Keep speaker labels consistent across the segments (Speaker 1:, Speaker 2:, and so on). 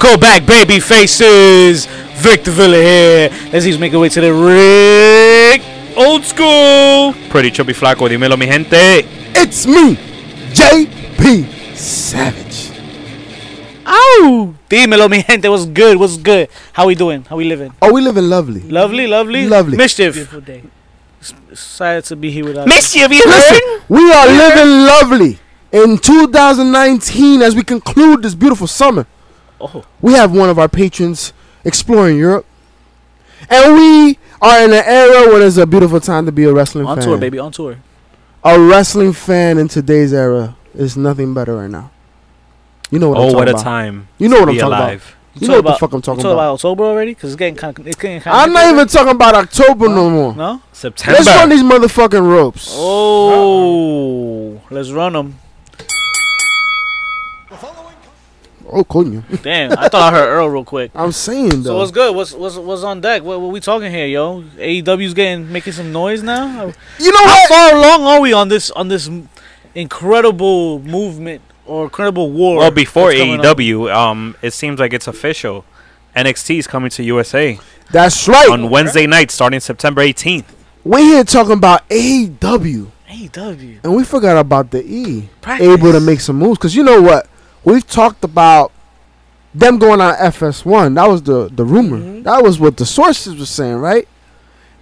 Speaker 1: Go back, baby faces. Victor Villa here. As he's making way to the ring. Old school. Pretty chubby flaco. Dímelo, mi gente.
Speaker 2: It's me, JP Savage.
Speaker 1: Ow. Dímelo, mi gente. What's good? What's good? How we doing? How we living?
Speaker 2: Oh, we living lovely.
Speaker 1: Lovely, lovely.
Speaker 2: Lovely.
Speaker 1: Mischief.
Speaker 3: Beautiful day.
Speaker 1: Excited to be here with us.
Speaker 3: Mischief, you
Speaker 2: Listen, we are living lovely in 2019 as we conclude this beautiful summer.
Speaker 1: Oh.
Speaker 2: We have one of our patrons exploring Europe, and we are in an era when it's a beautiful time to be a wrestling
Speaker 1: On
Speaker 2: fan.
Speaker 1: tour, baby. On tour.
Speaker 2: A wrestling fan in today's era is nothing better right now. You know what I'm
Speaker 4: oh,
Speaker 2: talking
Speaker 4: what a
Speaker 2: about.
Speaker 4: time.
Speaker 2: You know what
Speaker 4: to
Speaker 2: I'm
Speaker 4: be
Speaker 2: talking about.
Speaker 4: alive.
Speaker 2: You know what the fuck I'm
Speaker 1: I'm
Speaker 2: talking
Speaker 1: talking
Speaker 2: about.
Speaker 1: about October already? Because it's getting kind of. It's getting kind
Speaker 2: I'm not even talking about October no more.
Speaker 1: No?
Speaker 4: September.
Speaker 2: Let's run these motherfucking ropes.
Speaker 1: Oh. Let's run them.
Speaker 2: Oh, coño.
Speaker 1: Damn, I thought I heard Earl real quick.
Speaker 2: I'm saying
Speaker 1: So
Speaker 2: though.
Speaker 1: what's good? What's what's what's on deck? What, what we talking here, yo? AEW's getting making some noise now.
Speaker 2: you know
Speaker 1: How
Speaker 2: what?
Speaker 1: far along are we on this on this m- incredible movement or incredible war?
Speaker 4: Well, before
Speaker 1: that's going on?
Speaker 4: AEW, um, it seems like it's official. NXT is coming to USA
Speaker 2: That's right.
Speaker 4: on Wednesday night, starting September 18th.
Speaker 2: We're here talking about AEW,
Speaker 1: AEW
Speaker 2: and we forgot about the E.
Speaker 1: E practice.
Speaker 2: Able to make some moves. Because you know what? We've talked about them going on FS1. That was the, the rumor.
Speaker 1: Mm-hmm.
Speaker 3: Mhm.
Speaker 2: That was what the sources were saying, right?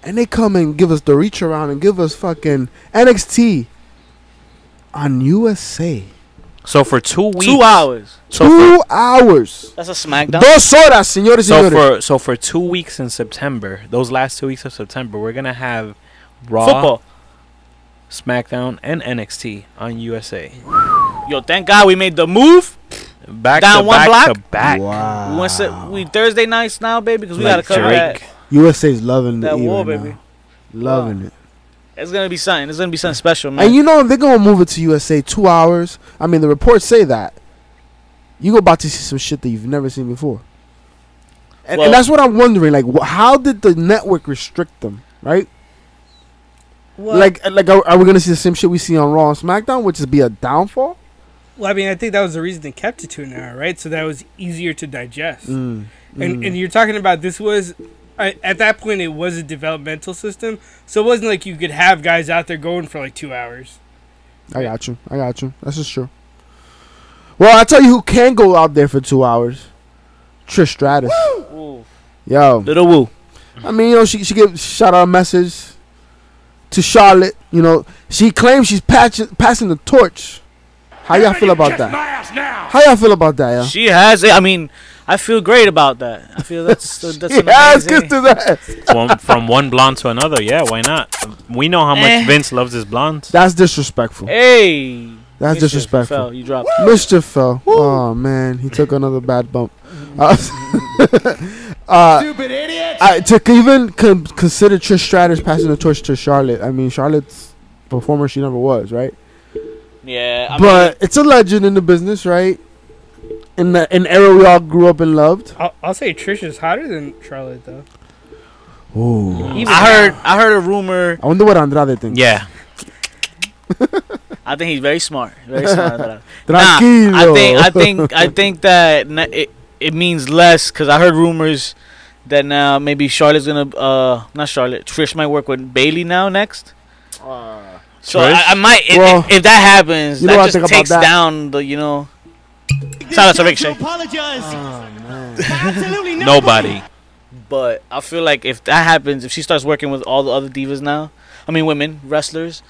Speaker 2: And they come and give us the reach around and give us fucking NXT on USA.
Speaker 4: So for two weeks.
Speaker 1: two hours.
Speaker 4: So
Speaker 2: Two hours.
Speaker 1: That's a SmackDown.
Speaker 2: Dos horas, señores y
Speaker 4: So
Speaker 2: señores.
Speaker 4: for so for two weeks in September, those last two weeks of September, we're gonna have Raw,
Speaker 1: Football.
Speaker 4: SmackDown, and NXT on USA.
Speaker 1: Yo, thank God we made the move.
Speaker 4: Back
Speaker 1: Down
Speaker 4: to
Speaker 1: one
Speaker 4: back
Speaker 1: block?
Speaker 4: to back.
Speaker 2: Wow.
Speaker 1: We, went se- we Thursday nights now, baby, because we gotta
Speaker 4: Like
Speaker 1: cover that,
Speaker 4: Drake.
Speaker 2: USA's loving the
Speaker 1: that
Speaker 2: E
Speaker 1: war,
Speaker 2: right
Speaker 1: baby.
Speaker 2: now. Loving it.
Speaker 1: It's gonna be something. It's gonna be something special, man.
Speaker 2: And you know they're gonna move it to USA two hours. I mean the reports say that. You about to see some shit that you've never seen before. And,
Speaker 1: Well-
Speaker 2: and that's what I'm wondering. Like, wh- how did the network restrict them? Right?
Speaker 3: Well,
Speaker 2: Like, uh, like are, are we gonna see the same shit we see on Raw and SmackDown, which is be a downfall?
Speaker 3: well, I mean, I think that was the reason they kept it to an hour, right? So that was easier to digest.
Speaker 1: Mm,
Speaker 2: Mm-hmm.
Speaker 3: And and you're talking about this was I, at that point it was a developmental system, so it wasn't like you could have guys out there going for like two hours.
Speaker 2: I got you. I got you. That's just true. Well, I tell you who can go out there for two hours. Trish Stratus.
Speaker 1: Ooh.
Speaker 2: Yo.
Speaker 1: Little woo.
Speaker 2: I mean, you know, she she gave shout out a message to Charlotte. You know, she claims she's patch, passing the torch. How y'all feel about that? How y'all feel about that, yeah?
Speaker 1: She has it. I mean, I feel great about that. I feel that's that's
Speaker 2: She
Speaker 1: an
Speaker 2: has
Speaker 1: amazing-
Speaker 2: kissed his ass.
Speaker 4: One- from one blonde to another. Yeah, why not? We know how much
Speaker 1: Eh.
Speaker 4: Vince loves his blondes.
Speaker 2: That's disrespectful.
Speaker 1: Hey,
Speaker 2: That's
Speaker 1: Mr.
Speaker 2: disrespectful.
Speaker 1: Fell, you dropped.
Speaker 2: Mischief fell. Oh man, he took another bad bump. Uh, uh,
Speaker 5: Stupid idiot!
Speaker 2: I, to even con- consider Trish Stratus passing the torch to Charlotte, I mean, Charlotte's performer she never was, right?
Speaker 1: Yeah, I
Speaker 2: but it's a legend in the business, right? In the an era we all grew up and loved.
Speaker 3: I'll, I'll say Trish is hotter than Charlotte though.
Speaker 2: Ooh.
Speaker 1: mean, I heard I heard a rumor.
Speaker 2: I wonder what Andrade thinks.
Speaker 4: Yeah,
Speaker 1: I think he's very smart. Very smart. Nah,
Speaker 2: Tranquilo.
Speaker 1: I think I think I think that na- it, it means less because I heard rumors that now maybe Charlotte's gonna uh not Charlotte Trish might work with Bailey now next. Uh, So
Speaker 4: Trish?
Speaker 1: I, I might if,
Speaker 2: Well,
Speaker 1: if that happens,
Speaker 2: you know what I
Speaker 1: that
Speaker 2: think
Speaker 1: just
Speaker 2: about
Speaker 1: takes
Speaker 2: that?
Speaker 1: down the you know. Shout out to Rick
Speaker 5: To
Speaker 1: Shane.
Speaker 5: apologize. Absolutely
Speaker 4: nobody.
Speaker 1: But I feel like if that happens, if she starts working with all the other divas now, I mean women wrestlers,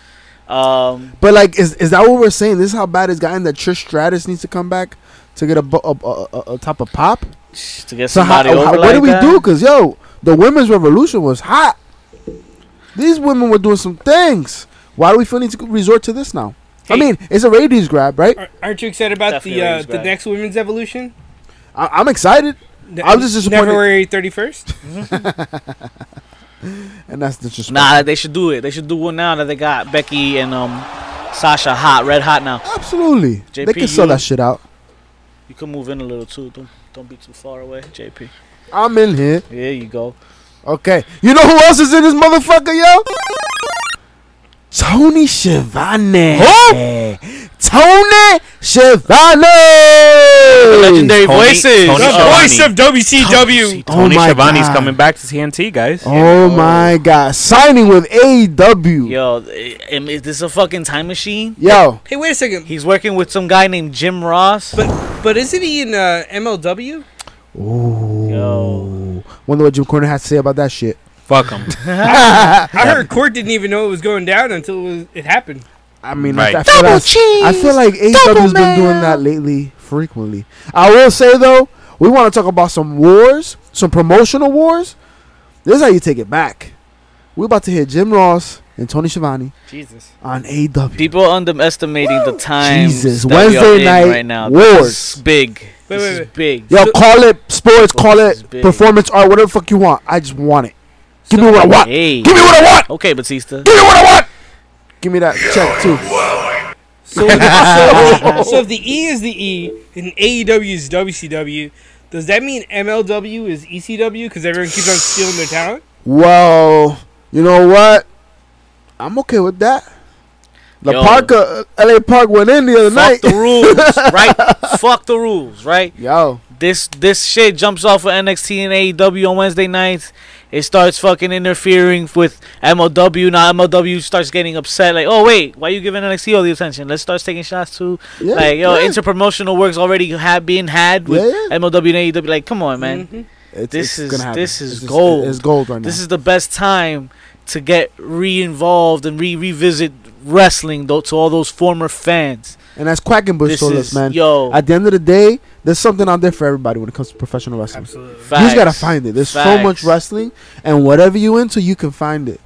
Speaker 1: um,
Speaker 2: But like, is is that what we're saying? This is how bad it's gotten that Trish Stratus needs to come back to get a bu- a, a, a, a type of pop.
Speaker 1: to get
Speaker 2: So how,
Speaker 1: somebody over
Speaker 2: how- what
Speaker 1: like
Speaker 2: do we
Speaker 1: that,
Speaker 2: do? Cause yo, the women's revolution was hot. These women were doing some things. Why do we feel need to resort to this now? I
Speaker 3: Hey.
Speaker 2: mean, it's a ladies grab, right?
Speaker 3: Ar- Aren't you excited about
Speaker 1: Definitely
Speaker 3: the uh,
Speaker 1: raised
Speaker 3: the
Speaker 1: back.
Speaker 3: next women's evolution?
Speaker 2: I, I'm excited,
Speaker 3: Ne-
Speaker 2: I was just disappointed-
Speaker 3: February thirty first.
Speaker 2: and that's disrespectful.
Speaker 1: Nah, they should do it. They should do one now that they got Becky and um, Sasha hot, red hot now.
Speaker 2: absolutely, they
Speaker 1: JP,
Speaker 2: can sell
Speaker 1: you-
Speaker 2: that shit out.
Speaker 1: You can move in a little too. Don't don't be too far away, JP.
Speaker 2: I'm in here.
Speaker 1: There you go.
Speaker 2: Okay. You know who else is in this motherfucker, yo? Tony Schiavone. Tony Schiavone.
Speaker 1: Legendary
Speaker 4: Tony-
Speaker 1: voices.
Speaker 4: Tony
Speaker 3: The
Speaker 1: Uh,
Speaker 4: Schiavone.
Speaker 3: voice of WCW.
Speaker 2: Oh
Speaker 4: Tony
Speaker 2: my
Speaker 4: Schiavone's
Speaker 2: God.
Speaker 4: coming back to TNT, guys.
Speaker 2: Oh my God! Signing with E AEW. Yo,
Speaker 1: Yo, i- am- is this a fucking time machine?
Speaker 3: Hey, wait a second.
Speaker 1: He's working with some guy named Jim Ross.
Speaker 3: But but isn't he in uh, MLW?
Speaker 1: Yo.
Speaker 2: wonder what Jim Cornette has to say about that shit.
Speaker 4: Fuck him.
Speaker 2: Uh,
Speaker 3: I heard Court didn't even know it was going down until it, was, it happened.
Speaker 2: I mean,
Speaker 4: Right.
Speaker 2: I, I feel like, I feel like AEW's been doing that lately frequently. I will say though, we want to talk about some wars, some promotional wars. This is how you take it back. We're about to hear Jim Ross and Tony Schiavone
Speaker 3: Jesus.
Speaker 2: on AEW.
Speaker 1: People are underestimating the time.
Speaker 2: Jesus,
Speaker 1: that we are
Speaker 2: Wednesday
Speaker 1: in
Speaker 2: night
Speaker 1: right now.
Speaker 2: wars.
Speaker 1: This is big.
Speaker 3: Wait,
Speaker 1: this
Speaker 3: wait,
Speaker 1: is
Speaker 3: wait.
Speaker 1: big.
Speaker 2: Yo,
Speaker 3: So-
Speaker 2: call it sports, call
Speaker 1: This is
Speaker 2: it
Speaker 1: big.
Speaker 2: performance art, whatever the fuck you want. I just want it. Give me
Speaker 3: So-
Speaker 2: what I want.
Speaker 1: Hey.
Speaker 2: Give me what I want.
Speaker 1: Okay, Batista.
Speaker 2: Give me what I want. Give me that check too.
Speaker 3: So, if the- so, so if the E is the E and AEW is WCW, does that mean MLW is E ECW because everyone keeps on stealing their talent?
Speaker 2: Well, you know what? I'm okay with that. La
Speaker 1: Yo.
Speaker 2: Parka, uh, LA Park went in the other
Speaker 1: Fuck
Speaker 2: night.
Speaker 1: the rules, right? Fuck the rules, right?
Speaker 2: Yo,
Speaker 1: This this shit jumps off of NXT and AEW on Wednesday nights. It starts fucking interfering with MLW. Now MLW starts getting upset. Like, oh wait, why you giving NXT all the attention? Let's start taking shots too.
Speaker 2: yeah,
Speaker 1: like, yo,
Speaker 2: yeah.
Speaker 1: interpromotional work's already ha- being had with
Speaker 2: Yeah, yeah.
Speaker 1: MLW and AEW. Like, come on, man.
Speaker 3: Mhm.
Speaker 2: It's-
Speaker 1: this
Speaker 2: it's
Speaker 1: is-
Speaker 2: gonna happen.
Speaker 1: this is
Speaker 2: It's just-
Speaker 1: gold.
Speaker 2: It's gold right now.
Speaker 1: This is the best time to get re-involved and re revisit wrestling though to all those former fans.
Speaker 2: and that's Quackenbush
Speaker 1: this
Speaker 2: told
Speaker 1: is
Speaker 2: us, man.
Speaker 1: yo.
Speaker 2: At the end of the day, there's something out there for everybody when it comes to professional wrestling.
Speaker 3: Absolutely.
Speaker 2: You just gotta
Speaker 1: facts,
Speaker 2: find it. There's so
Speaker 1: facts.
Speaker 2: much wrestling, and whatever you into, you can find it.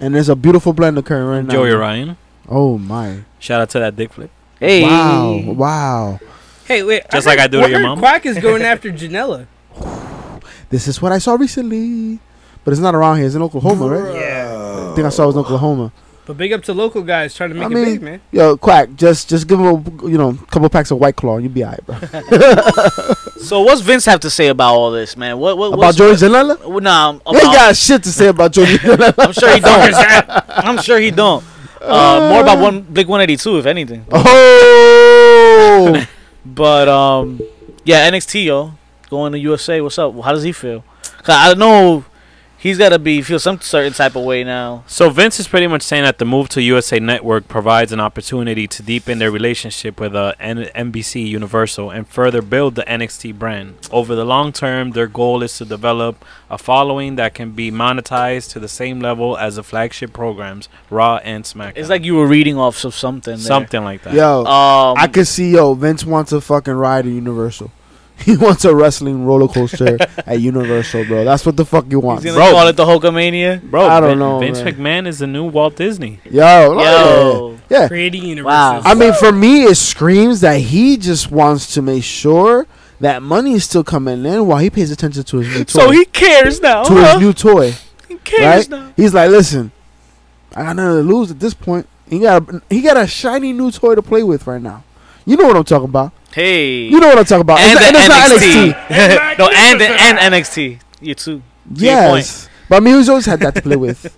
Speaker 2: And there's a beautiful blend occurring right now.
Speaker 4: Joey Ryan.
Speaker 2: Oh my!
Speaker 4: Shout out to that dick flip.
Speaker 1: Hey,
Speaker 2: Wow! Wow!
Speaker 3: Hey, wait.
Speaker 4: Just like I do to
Speaker 3: heard
Speaker 4: your mom.
Speaker 3: Quack is going after Janela.
Speaker 2: This is what I saw recently, but it's not around here. It's in Oklahoma, right?
Speaker 3: Yeah.
Speaker 2: I think I saw it was in Oklahoma.
Speaker 3: But big up to local guys trying to make
Speaker 2: I
Speaker 3: it
Speaker 2: mean-
Speaker 3: big, man.
Speaker 2: Yo, quack! Just just give him a you know couple packs of White Claw, and you'll be alright, bro.
Speaker 1: So what's Vince have to say about all this, man? What what
Speaker 2: about
Speaker 1: what's-
Speaker 2: Joey Janela,
Speaker 1: Well, Nah,
Speaker 2: he
Speaker 1: about,
Speaker 2: ain't got shit to say about Joey Janela.
Speaker 1: I'm sure he don't. I'm sure he don't. Uh, more about one Blink 182, if anything.
Speaker 2: Oh!
Speaker 1: But um, yeah, NXT yo, going to USA. What's up? How does he feel? 'Cause I know he's got to be feel some certain type of way now.
Speaker 4: So Vince is pretty much saying that the move to USA Network provides an opportunity to deepen their relationship with uh, N- NBC Universal and further build the NXT brand. Over the long term, their goal is to develop a following that can be monetized to the same level as the flagship programs Raw and SmackDown.
Speaker 1: It's like you were reading off of something. there.
Speaker 4: something like that.
Speaker 2: Yo,
Speaker 1: Um,
Speaker 2: I could see yo Vince wants a fucking ride at Universal. He wants a wrestling roller coaster at Universal, bro. That's what the fuck you want,
Speaker 1: He's gonna
Speaker 2: bro.
Speaker 1: call it the Hulkamania.
Speaker 4: Bro,
Speaker 2: I don't
Speaker 4: Vin-
Speaker 2: know,
Speaker 4: Vince McMahon is the new Walt Disney.
Speaker 2: Yo, like,
Speaker 1: Yo,
Speaker 2: yeah.
Speaker 3: Creating universes.
Speaker 1: Wow.
Speaker 2: I mean, for me, it screams that he just wants to make sure that money is still coming in while he pays attention to his new toy.
Speaker 1: so he Uh-huh. cares now.
Speaker 2: to his
Speaker 1: Huh?
Speaker 2: new toy.
Speaker 1: He cares now.
Speaker 2: He's like, listen, I got nothing to lose at this point. He got a, he got a shiny new toy to play with right now. You know what I'm talking about.
Speaker 1: Hey,
Speaker 2: You know what I'm talking about.
Speaker 1: and,
Speaker 2: it's,
Speaker 1: the
Speaker 2: and it's not
Speaker 1: NXT.
Speaker 2: NXT.
Speaker 1: no, and and NXT. You too. To your
Speaker 2: Yes. But I mean, he's always had that to play with.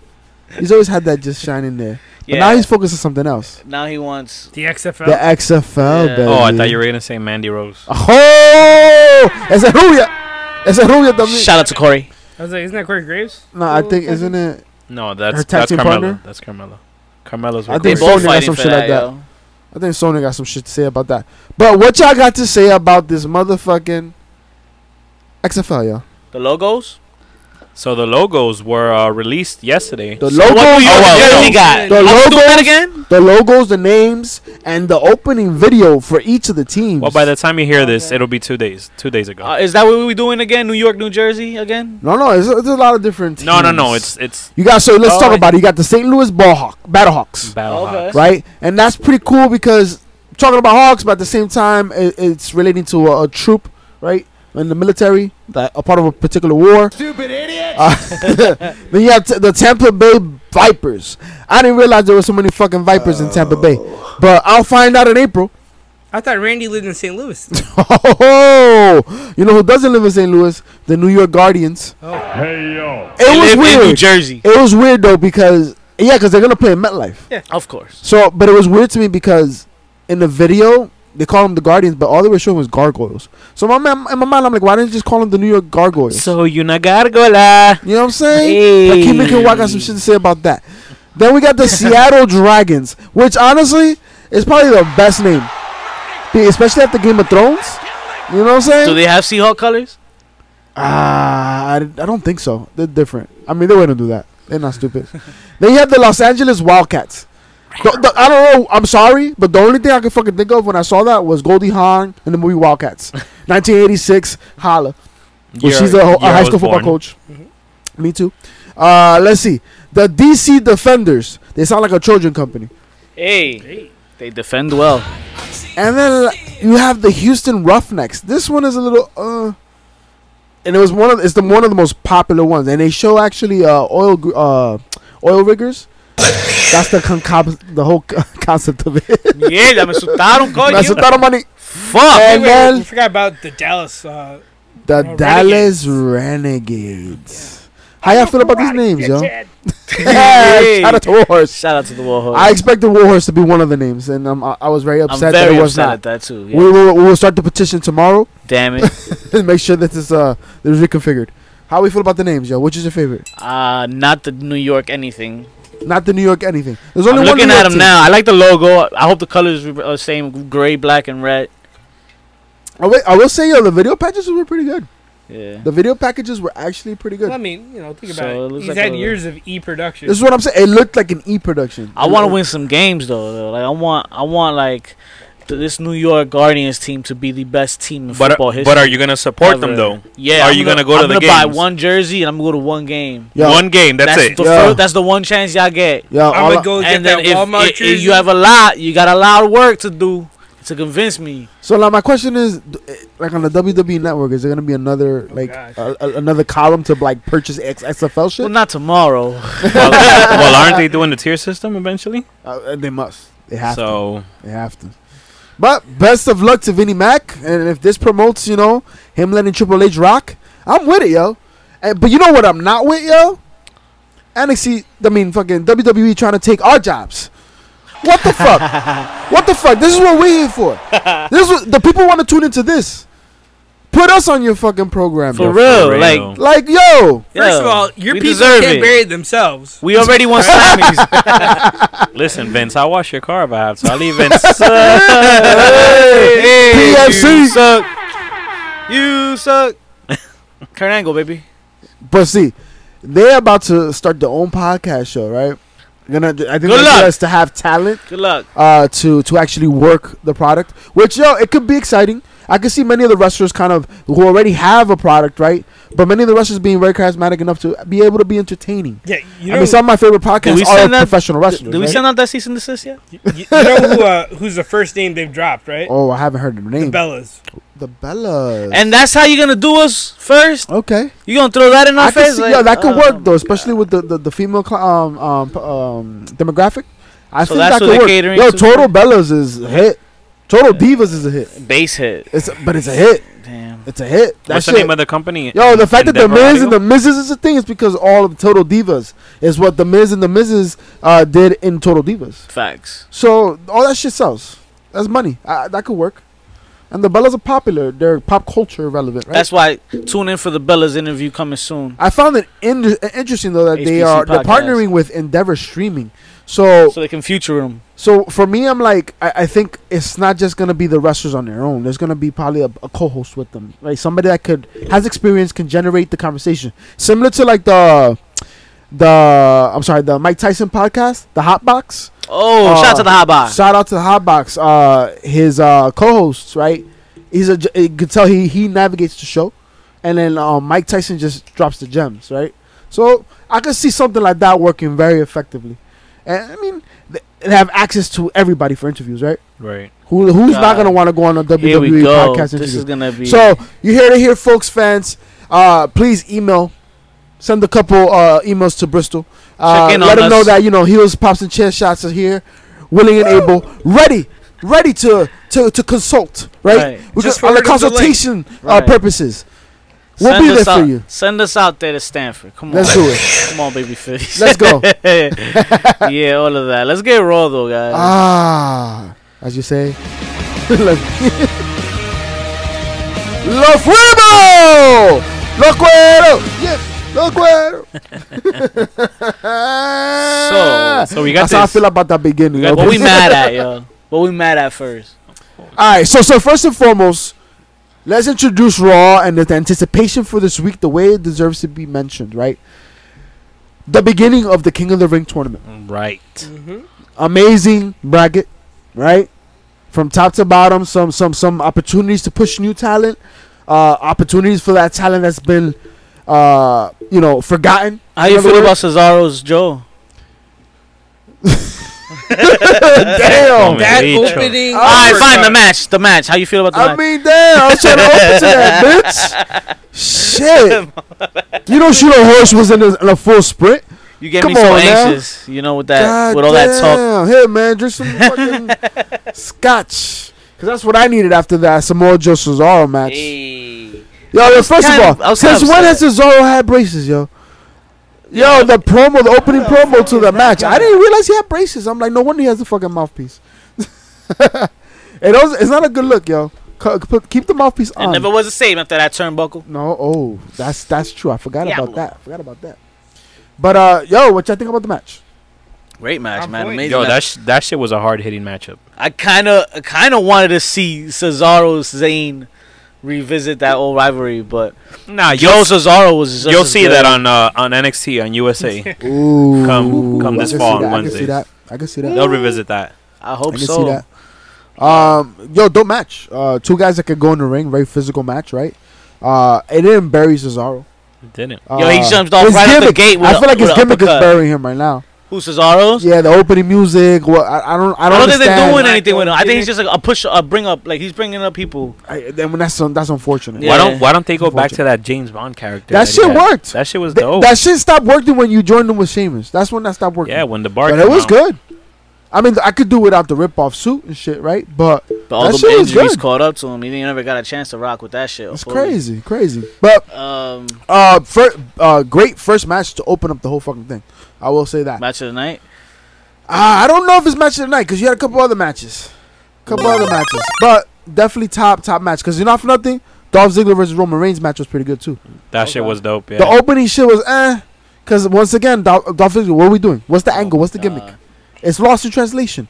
Speaker 2: he's always had that just shining there. But
Speaker 1: Yeah.
Speaker 2: now he's focused on something else.
Speaker 1: now he wants
Speaker 3: The XFL.
Speaker 2: The XFL,
Speaker 1: Yeah.
Speaker 2: baby.
Speaker 4: Oh, I thought you were going to say Mandy Rose.
Speaker 2: Oh! Esa es rubia. Esa es rubia también.
Speaker 1: Shout out to Corey.
Speaker 3: I was like, isn't that Corey Graves?
Speaker 2: no, I think, isn't it?
Speaker 4: No,
Speaker 2: Her
Speaker 4: that's,
Speaker 2: tag
Speaker 4: that's
Speaker 2: team
Speaker 4: Carmella.
Speaker 2: partner?
Speaker 4: That's Carmella. Carmella's
Speaker 2: I
Speaker 4: with
Speaker 1: They
Speaker 2: think
Speaker 4: Corey.
Speaker 1: both
Speaker 2: Sony got
Speaker 1: fighting
Speaker 2: some
Speaker 1: for
Speaker 2: shit
Speaker 1: that,
Speaker 2: like that.
Speaker 1: yo.
Speaker 2: I think Sony got some shit to say about that. But what y'all got to say about this motherfucking XFL, y'all?
Speaker 1: The logos.
Speaker 4: So the logos were uh, released yesterday.
Speaker 2: The
Speaker 1: So
Speaker 2: logo,
Speaker 1: what do you
Speaker 4: Oh, well,
Speaker 1: really
Speaker 4: no.
Speaker 1: got?
Speaker 2: The
Speaker 1: Let's do
Speaker 2: logos-
Speaker 1: that again.
Speaker 2: the logos, the names, and the opening video for each of the teams.
Speaker 4: Well, by the time you hear this,
Speaker 1: Okay.
Speaker 4: it'll be two days. Two days ago.
Speaker 1: Uh, is that what we doing again? New York, New Jersey again?
Speaker 2: no, no, it's, it's a lot of different. Teams.
Speaker 4: no, no, no. It's it's
Speaker 2: you got. So let's
Speaker 4: Oh,
Speaker 2: talk
Speaker 4: I-
Speaker 2: about it. You got the St. Louis Ballhawk, Battlehawks.
Speaker 4: Battle
Speaker 1: Okay.
Speaker 4: Hawks.
Speaker 2: right? And that's pretty cool because talking about Hawks, but at the same time, it, it's relating to a, a troop, right? In the military, that a part of a particular war.
Speaker 5: Stupid eh? idiot.
Speaker 2: Uh, then you have t- the Tampa Bay Vipers. I didn't realize there were so many fucking Vipers in Tampa Bay,
Speaker 1: Oh.
Speaker 2: but I'll find out in April.
Speaker 3: I thought Randy lived in St. Louis.
Speaker 2: Oh, you know who doesn't live in St. Louis? The New York Guardians.
Speaker 5: Hey yo.
Speaker 2: It
Speaker 1: Oh. They
Speaker 2: was
Speaker 1: live in New
Speaker 2: weird.
Speaker 1: Jersey,
Speaker 2: It was weird though because yeah, because they're gonna play in MetLife.
Speaker 1: of course.
Speaker 2: So, but it was weird to me because in the video they call them the Guardians, but all they were showing was gargoyles. So my man, in my mind, I'm like, why didn't you just call them the New York Gargoyles?
Speaker 4: So you na gargola.
Speaker 2: you know what I'm saying? Like, Kim and got some shit to say about that. Then we got the Seattle Dragons, which honestly is probably the best name, Be- especially after Game of Thrones. You know what I'm saying?
Speaker 1: Do they have Seahawk colors?
Speaker 2: Ah, I, I don't think so. They're different. I mean, they wouldn't do that. They're not stupid. they have the Los Angeles Wildcats. The- the- I don't know. I'm sorry, but the only thing I could fucking think of when I saw that was Goldie Hawn in the movie Wildcats, 1986. Holla. Well, she's a, a high school football coach. Me too. Uh, let's see. The DC Defenders. They sound like a children company.
Speaker 1: Hey, they defend well.
Speaker 2: And then you have the Houston Roughnecks. This one is a little uh and it was one of it's the one of the most popular ones. And they show actually uh oil gr- uh oil riggers. That's the concop- the whole co- concept of it.
Speaker 1: Mierda, me asustaron,
Speaker 2: That's a
Speaker 1: coño.
Speaker 2: lot of money.
Speaker 1: Fuck.
Speaker 3: Wait,
Speaker 2: And
Speaker 3: wait, wait,
Speaker 2: then
Speaker 3: we forgot about the Dallas. Uh,
Speaker 2: the
Speaker 3: Renegades.
Speaker 2: Dallas Renegades. How y'all feel about these names, yo?
Speaker 1: Yeah.
Speaker 2: Shout out to Warhorse.
Speaker 1: Shout out to the Warhorse.
Speaker 2: I expected Warhorse to be one of the names, and um, I, I was very
Speaker 1: I'm
Speaker 2: upset that
Speaker 1: very
Speaker 2: it was
Speaker 1: upset
Speaker 2: not.
Speaker 1: at that too. yeah.
Speaker 2: We, will, we will start the petition tomorrow.
Speaker 1: Damn it.
Speaker 2: and make sure that this uh is reconfigured. How we feel about the names, yo? Which is your favorite?
Speaker 1: Uh, not the New York anything.
Speaker 2: Not the New York anything. There's
Speaker 1: I'm
Speaker 2: only one
Speaker 1: looking
Speaker 2: New
Speaker 1: at
Speaker 2: York
Speaker 1: them
Speaker 2: team.
Speaker 1: now. I like the logo. I hope the colors are the same gray, black, and red.
Speaker 2: I will, I will say, yo, the video packages were pretty good.
Speaker 1: Yeah.
Speaker 2: The video packages were actually pretty
Speaker 3: well, I
Speaker 2: good.
Speaker 3: mean, you know, think
Speaker 1: So
Speaker 3: about
Speaker 1: it
Speaker 3: it.
Speaker 1: looks
Speaker 3: He's
Speaker 1: like
Speaker 3: had
Speaker 1: a-
Speaker 3: years of e production.
Speaker 2: This is what I'm saying. It looked like an E production.
Speaker 1: I want to win some games though, though. Like I want, I want like th- this New York Guardians team to be the best team in
Speaker 4: But
Speaker 1: football
Speaker 4: are,
Speaker 1: history.
Speaker 4: but are you gonna support them
Speaker 1: ever.
Speaker 4: though?
Speaker 1: Yeah.
Speaker 4: are you gonna go to
Speaker 1: I'm
Speaker 4: the
Speaker 1: gonna buy
Speaker 4: games?
Speaker 1: one jersey and I'm gonna go to one game.
Speaker 2: Yo,
Speaker 4: One game. That's, it.
Speaker 1: The
Speaker 2: Yeah.
Speaker 1: fir- that's the one chance y'all get.
Speaker 2: yo, Uh, all
Speaker 3: I'm
Speaker 2: I-
Speaker 3: gonna go get
Speaker 1: and then
Speaker 3: that
Speaker 1: if,
Speaker 3: Walmart
Speaker 1: if- if
Speaker 3: jersey.
Speaker 1: you have a lot, you got a lot of work to do to convince me.
Speaker 2: so like my question is, d- eh, like on the WWE network, is there gonna be another like
Speaker 3: Oh, gosh.
Speaker 2: a, a- another column to like purchase X, XFL
Speaker 1: Well,
Speaker 2: shit?
Speaker 1: not tomorrow.
Speaker 4: well, well, aren't they doing the tier system eventually?
Speaker 2: Uh, they must. They have to.
Speaker 4: So
Speaker 2: They have to. But best of luck to Vinnie Mac, and if this promotes, you know, him letting Triple H rock, I'm with it, yo. And, but you know what I'm not with, yo? NXT, I mean, fucking WWE trying to take our jobs. What the fuck? what the fuck? This is what we're here for. This is what, the people want to tune into this. Put us on your fucking program,
Speaker 1: For
Speaker 2: yo.
Speaker 1: real, like-
Speaker 2: Like, yo,
Speaker 3: First of
Speaker 1: Yeah,
Speaker 3: all, your
Speaker 1: we
Speaker 3: people
Speaker 1: deserve
Speaker 3: can't
Speaker 1: it.
Speaker 3: bury themselves.
Speaker 1: We already won Sammys.
Speaker 4: listen, Vince, I wash your car if I have to. I leave Vince.
Speaker 1: You
Speaker 2: PFC.
Speaker 1: suck. You suck. Kurt Angle, baby.
Speaker 2: But see, they're about to start their own podcast show, right? Gonna, I think they're gonna
Speaker 1: luck.
Speaker 2: get us to have talent
Speaker 1: Good luck.
Speaker 2: uh, to to actually work the product. Which yo, it could be exciting. I could see many of the wrestlers kind of who already have a product, right? But many of the wrestlers being very charismatic enough to be able to be entertaining.
Speaker 3: Yeah, you know,
Speaker 2: I mean, some of my favorite podcasts
Speaker 1: we
Speaker 2: are
Speaker 1: send that-
Speaker 2: professional
Speaker 1: Did
Speaker 2: wrestlers.
Speaker 1: we
Speaker 2: right?
Speaker 1: send out that cease and desist yet?
Speaker 3: you, you know who, uh, who's the first name they've dropped, right?
Speaker 2: oh, I haven't heard the
Speaker 3: The
Speaker 2: name.
Speaker 3: Bellas.
Speaker 2: the Bellas.
Speaker 1: And that's how you're gonna do us first?
Speaker 2: okay,
Speaker 1: You gonna throw that in our
Speaker 2: I could
Speaker 1: face?
Speaker 2: see,
Speaker 1: Like,
Speaker 2: yeah, that could
Speaker 1: oh
Speaker 2: work though,
Speaker 1: my
Speaker 2: especially with the, the, the female cl- um, um, p- um, demographic. I
Speaker 1: So
Speaker 2: think
Speaker 1: that's what
Speaker 2: that could
Speaker 1: they're
Speaker 2: work.
Speaker 1: catering
Speaker 2: Yo,
Speaker 1: to?
Speaker 2: Total Bellas is a hit. Total Divas is a hit.
Speaker 1: God. Base hit.
Speaker 2: It's a, but it's a hit.
Speaker 1: Damn.
Speaker 2: It's a hit.
Speaker 4: What's
Speaker 2: That's
Speaker 4: the name of the company?
Speaker 2: Yo, the fact that the
Speaker 4: Endeavor
Speaker 2: Miz
Speaker 4: Audio?
Speaker 2: and the Mrs. is a thing is because all of Total Divas is what the Miz and the Mrs. Uh, did in Total Divas.
Speaker 1: Facts.
Speaker 2: So all that shit sells. That's money. I, that could work. And the Bellas are popular. They're pop culture relevant, right?
Speaker 1: That's why tune in for the Bella's interview coming soon.
Speaker 2: I found it in- interesting though that they
Speaker 1: HBC
Speaker 2: are they're
Speaker 1: podcast.
Speaker 2: partnering with Endeavor Streaming. So
Speaker 1: So they can future him.
Speaker 2: So for me, I'm like, I, I think it's not just gonna be the wrestlers on their own. There's gonna be probably a, a co-host with them, like somebody that could has experience can generate the conversation, similar to like the the I'm sorry, the Mike Tyson podcast, the Hot Box.
Speaker 1: Oh,
Speaker 2: Uh,
Speaker 1: shout out to the hot box.
Speaker 2: Shout out to the Hot Box, uh, his uh, co-hosts, right? He's a you could tell he he navigates the show, and then um, Mike Tyson just drops the gems, right? So I could see something like that working very effectively, and I mean th- they have access to everybody for interviews, right?
Speaker 4: Right.
Speaker 2: Who who's not
Speaker 1: God.
Speaker 2: gonna want to go on a
Speaker 1: Here we
Speaker 2: WWE
Speaker 1: go.
Speaker 2: E podcast
Speaker 1: This is
Speaker 2: interview?
Speaker 1: gonna be
Speaker 2: So you hear to here, folks, fans. Uh, please email, send a couple uh, emails to Bristol. Uh,
Speaker 1: Check in
Speaker 2: let
Speaker 1: on
Speaker 2: him know
Speaker 1: us.
Speaker 2: that you know heels, pops, and chair shots are here, willing and able, ready, ready to to, to consult. Right,
Speaker 1: Right.
Speaker 2: We
Speaker 3: Just
Speaker 2: can- on the
Speaker 3: forward us the link.
Speaker 2: consultation
Speaker 1: Right.
Speaker 2: uh, purposes. We'll
Speaker 1: Send
Speaker 2: be there
Speaker 1: us out,
Speaker 2: for you.
Speaker 1: Send us out there to Stanford. Come on.
Speaker 2: Let's do it.
Speaker 1: Come on, baby face.
Speaker 2: Let's go.
Speaker 1: yeah, all of that. Let's get raw though, guys.
Speaker 2: Ah, as you say. Like- ¡Lo fuimos! ¡Lo cuero! Yes, ¡Lo cuero!
Speaker 1: So-
Speaker 4: so we got
Speaker 2: That's how I
Speaker 4: this.
Speaker 2: feel about that beginning.
Speaker 4: We got-
Speaker 2: okay?
Speaker 1: What we mad at, yo? What we mad at first?
Speaker 2: All right, so so first and foremost, let's introduce Raw and the anticipation for this week, the way it deserves to be mentioned, right? The beginning of the King of the Ring tournament,
Speaker 4: Right.
Speaker 3: Mm-hmm.
Speaker 2: amazing bracket, right? From top to bottom, some some some opportunities to push new talent, uh, opportunities for that talent that's been, uh, you know, forgotten.
Speaker 1: How you
Speaker 2: Another
Speaker 1: feel
Speaker 2: word?
Speaker 1: about Cesaro's Joe?
Speaker 4: That
Speaker 2: Damn.
Speaker 3: That
Speaker 4: Rachel.
Speaker 3: opening.
Speaker 1: All right,
Speaker 3: uppercut.
Speaker 1: fine. The match. The match. How you feel about the
Speaker 2: Oh, I
Speaker 1: match?
Speaker 2: mean, damn, I was trying to open to that, bitch. Shit. You know, Shooter Horse was in a, in a full sprint.
Speaker 1: you get
Speaker 2: come
Speaker 1: me so
Speaker 2: on now.
Speaker 1: anxious. You know with that, with all that talk.
Speaker 2: damn. Here, man, drink some fucking scotch. Because that's what I needed after that Samoa Joe Cesaro match.
Speaker 1: Hey.
Speaker 2: Yo, yo, first
Speaker 1: kinda-
Speaker 2: of
Speaker 1: I
Speaker 2: all,
Speaker 1: was kinda
Speaker 2: since when has
Speaker 1: upset.
Speaker 2: Cesaro had braces, yo? Yo, the promo, the opening promo to the match. I didn't realize he had braces. I'm like, no wonder he has the fucking mouthpiece. it was, it's not a good look, yo. Co- put- Keep the mouthpiece
Speaker 1: It
Speaker 2: on.
Speaker 1: never was the same after that turnbuckle.
Speaker 2: No, oh, that's that's true. I forgot
Speaker 1: Yeah.
Speaker 2: about that. I forgot about that. But uh, yo, what y'all think about the match?
Speaker 1: Great match,
Speaker 3: I'm
Speaker 1: man.
Speaker 3: going-
Speaker 1: Amazing.
Speaker 4: Yo,
Speaker 1: match.
Speaker 4: that sh- that shit was a hard hitting matchup.
Speaker 1: I kind of kind of wanted to see Cesaro's Zane revisit that old rivalry, but
Speaker 4: Nah,
Speaker 1: Joe Cesaro was. just
Speaker 4: You'll
Speaker 1: as
Speaker 4: see
Speaker 1: good.
Speaker 4: that on uh, on NXT on USA.
Speaker 2: Ooh,
Speaker 4: Come- come
Speaker 2: I
Speaker 4: this
Speaker 2: can
Speaker 4: fall
Speaker 2: see
Speaker 4: on
Speaker 2: that. I can see
Speaker 4: Wednesdays.
Speaker 2: that. I can see that.
Speaker 4: They'll revisit that.
Speaker 1: I
Speaker 2: I
Speaker 1: hope
Speaker 2: can
Speaker 1: so.
Speaker 2: see that. Um, yo, dope match. Uh, two guys that could go in the ring. Very physical match, right? Uh, it didn't bury Cesaro.
Speaker 4: Didn't.
Speaker 2: Uh,
Speaker 1: Yo, he jumped off
Speaker 2: his
Speaker 1: right out the
Speaker 2: gimmick-
Speaker 1: gate with
Speaker 2: I
Speaker 1: a-
Speaker 2: feel like his
Speaker 1: with a
Speaker 2: gimmick is
Speaker 1: uppercut.
Speaker 2: burying him right now.
Speaker 1: Who Cesaro's?
Speaker 2: Yeah, the opening music. What I, I don't, I
Speaker 1: I
Speaker 2: don't,
Speaker 1: don't think they're
Speaker 2: understand.
Speaker 1: doing anything with him. I
Speaker 3: Gimmick.
Speaker 1: think he's just like a push, a bring up. Like he's bringing up people.
Speaker 2: I, then that's un- that's unfortunate.
Speaker 1: Yeah.
Speaker 4: Why don't Why don't they go back to that James Bond character?
Speaker 2: That
Speaker 4: he
Speaker 2: shit
Speaker 4: had?
Speaker 2: worked.
Speaker 4: That shit was
Speaker 2: Th-
Speaker 4: dope.
Speaker 2: that shit stopped working when you joined them with Sheamus. That's when that stopped working.
Speaker 4: yeah, when the bar.
Speaker 2: but it
Speaker 4: came
Speaker 2: was
Speaker 4: out.
Speaker 2: good. I mean, I could do without the rip-off suit and shit, right? But
Speaker 1: But all
Speaker 2: That
Speaker 1: the
Speaker 2: shit was
Speaker 1: injuries
Speaker 2: good.
Speaker 1: caught up to him. He didn't ever got a chance to rock with that shit.
Speaker 2: it's
Speaker 1: fully.
Speaker 2: crazy, crazy. But
Speaker 1: Um,
Speaker 2: uh, fir- uh, great first match to open up the whole fucking thing. I will say that. Uh,
Speaker 1: match of the night.
Speaker 2: I don't know if it's match of the night because you had a couple other matches, couple other matches, but definitely top top match because you're not for nothing. Dolph Ziggler versus Roman Reigns match was pretty good too.
Speaker 4: That
Speaker 1: Okay.
Speaker 4: shit was dope. Yeah.
Speaker 2: The opening shit was eh, because once again, Dolph, Dolph Ziggler, what are we doing? What's the angle? What's the gimmick?
Speaker 1: Uh,
Speaker 2: It's lost in translation.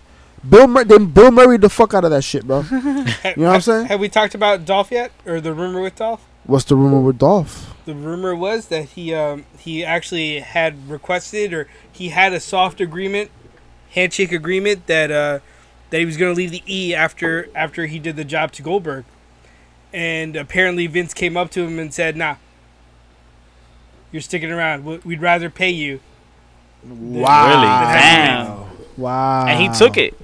Speaker 2: Bill Mur- they Bill Murray the fuck out of that shit, bro. You know what I'm saying?
Speaker 3: Have we talked about Dolph yet, or the rumor with Dolph?
Speaker 2: What's the rumor with Dolph?
Speaker 3: The rumor was that he um, he actually had requested, or he had a soft agreement, handshake agreement that uh, that he was going to leave the E after after he did the job to Goldberg, and apparently Vince came up to him and said, "Nah, you're sticking around. We- We'd rather pay you."
Speaker 4: Wow.
Speaker 1: Damn.
Speaker 2: Wow.
Speaker 1: And he took it.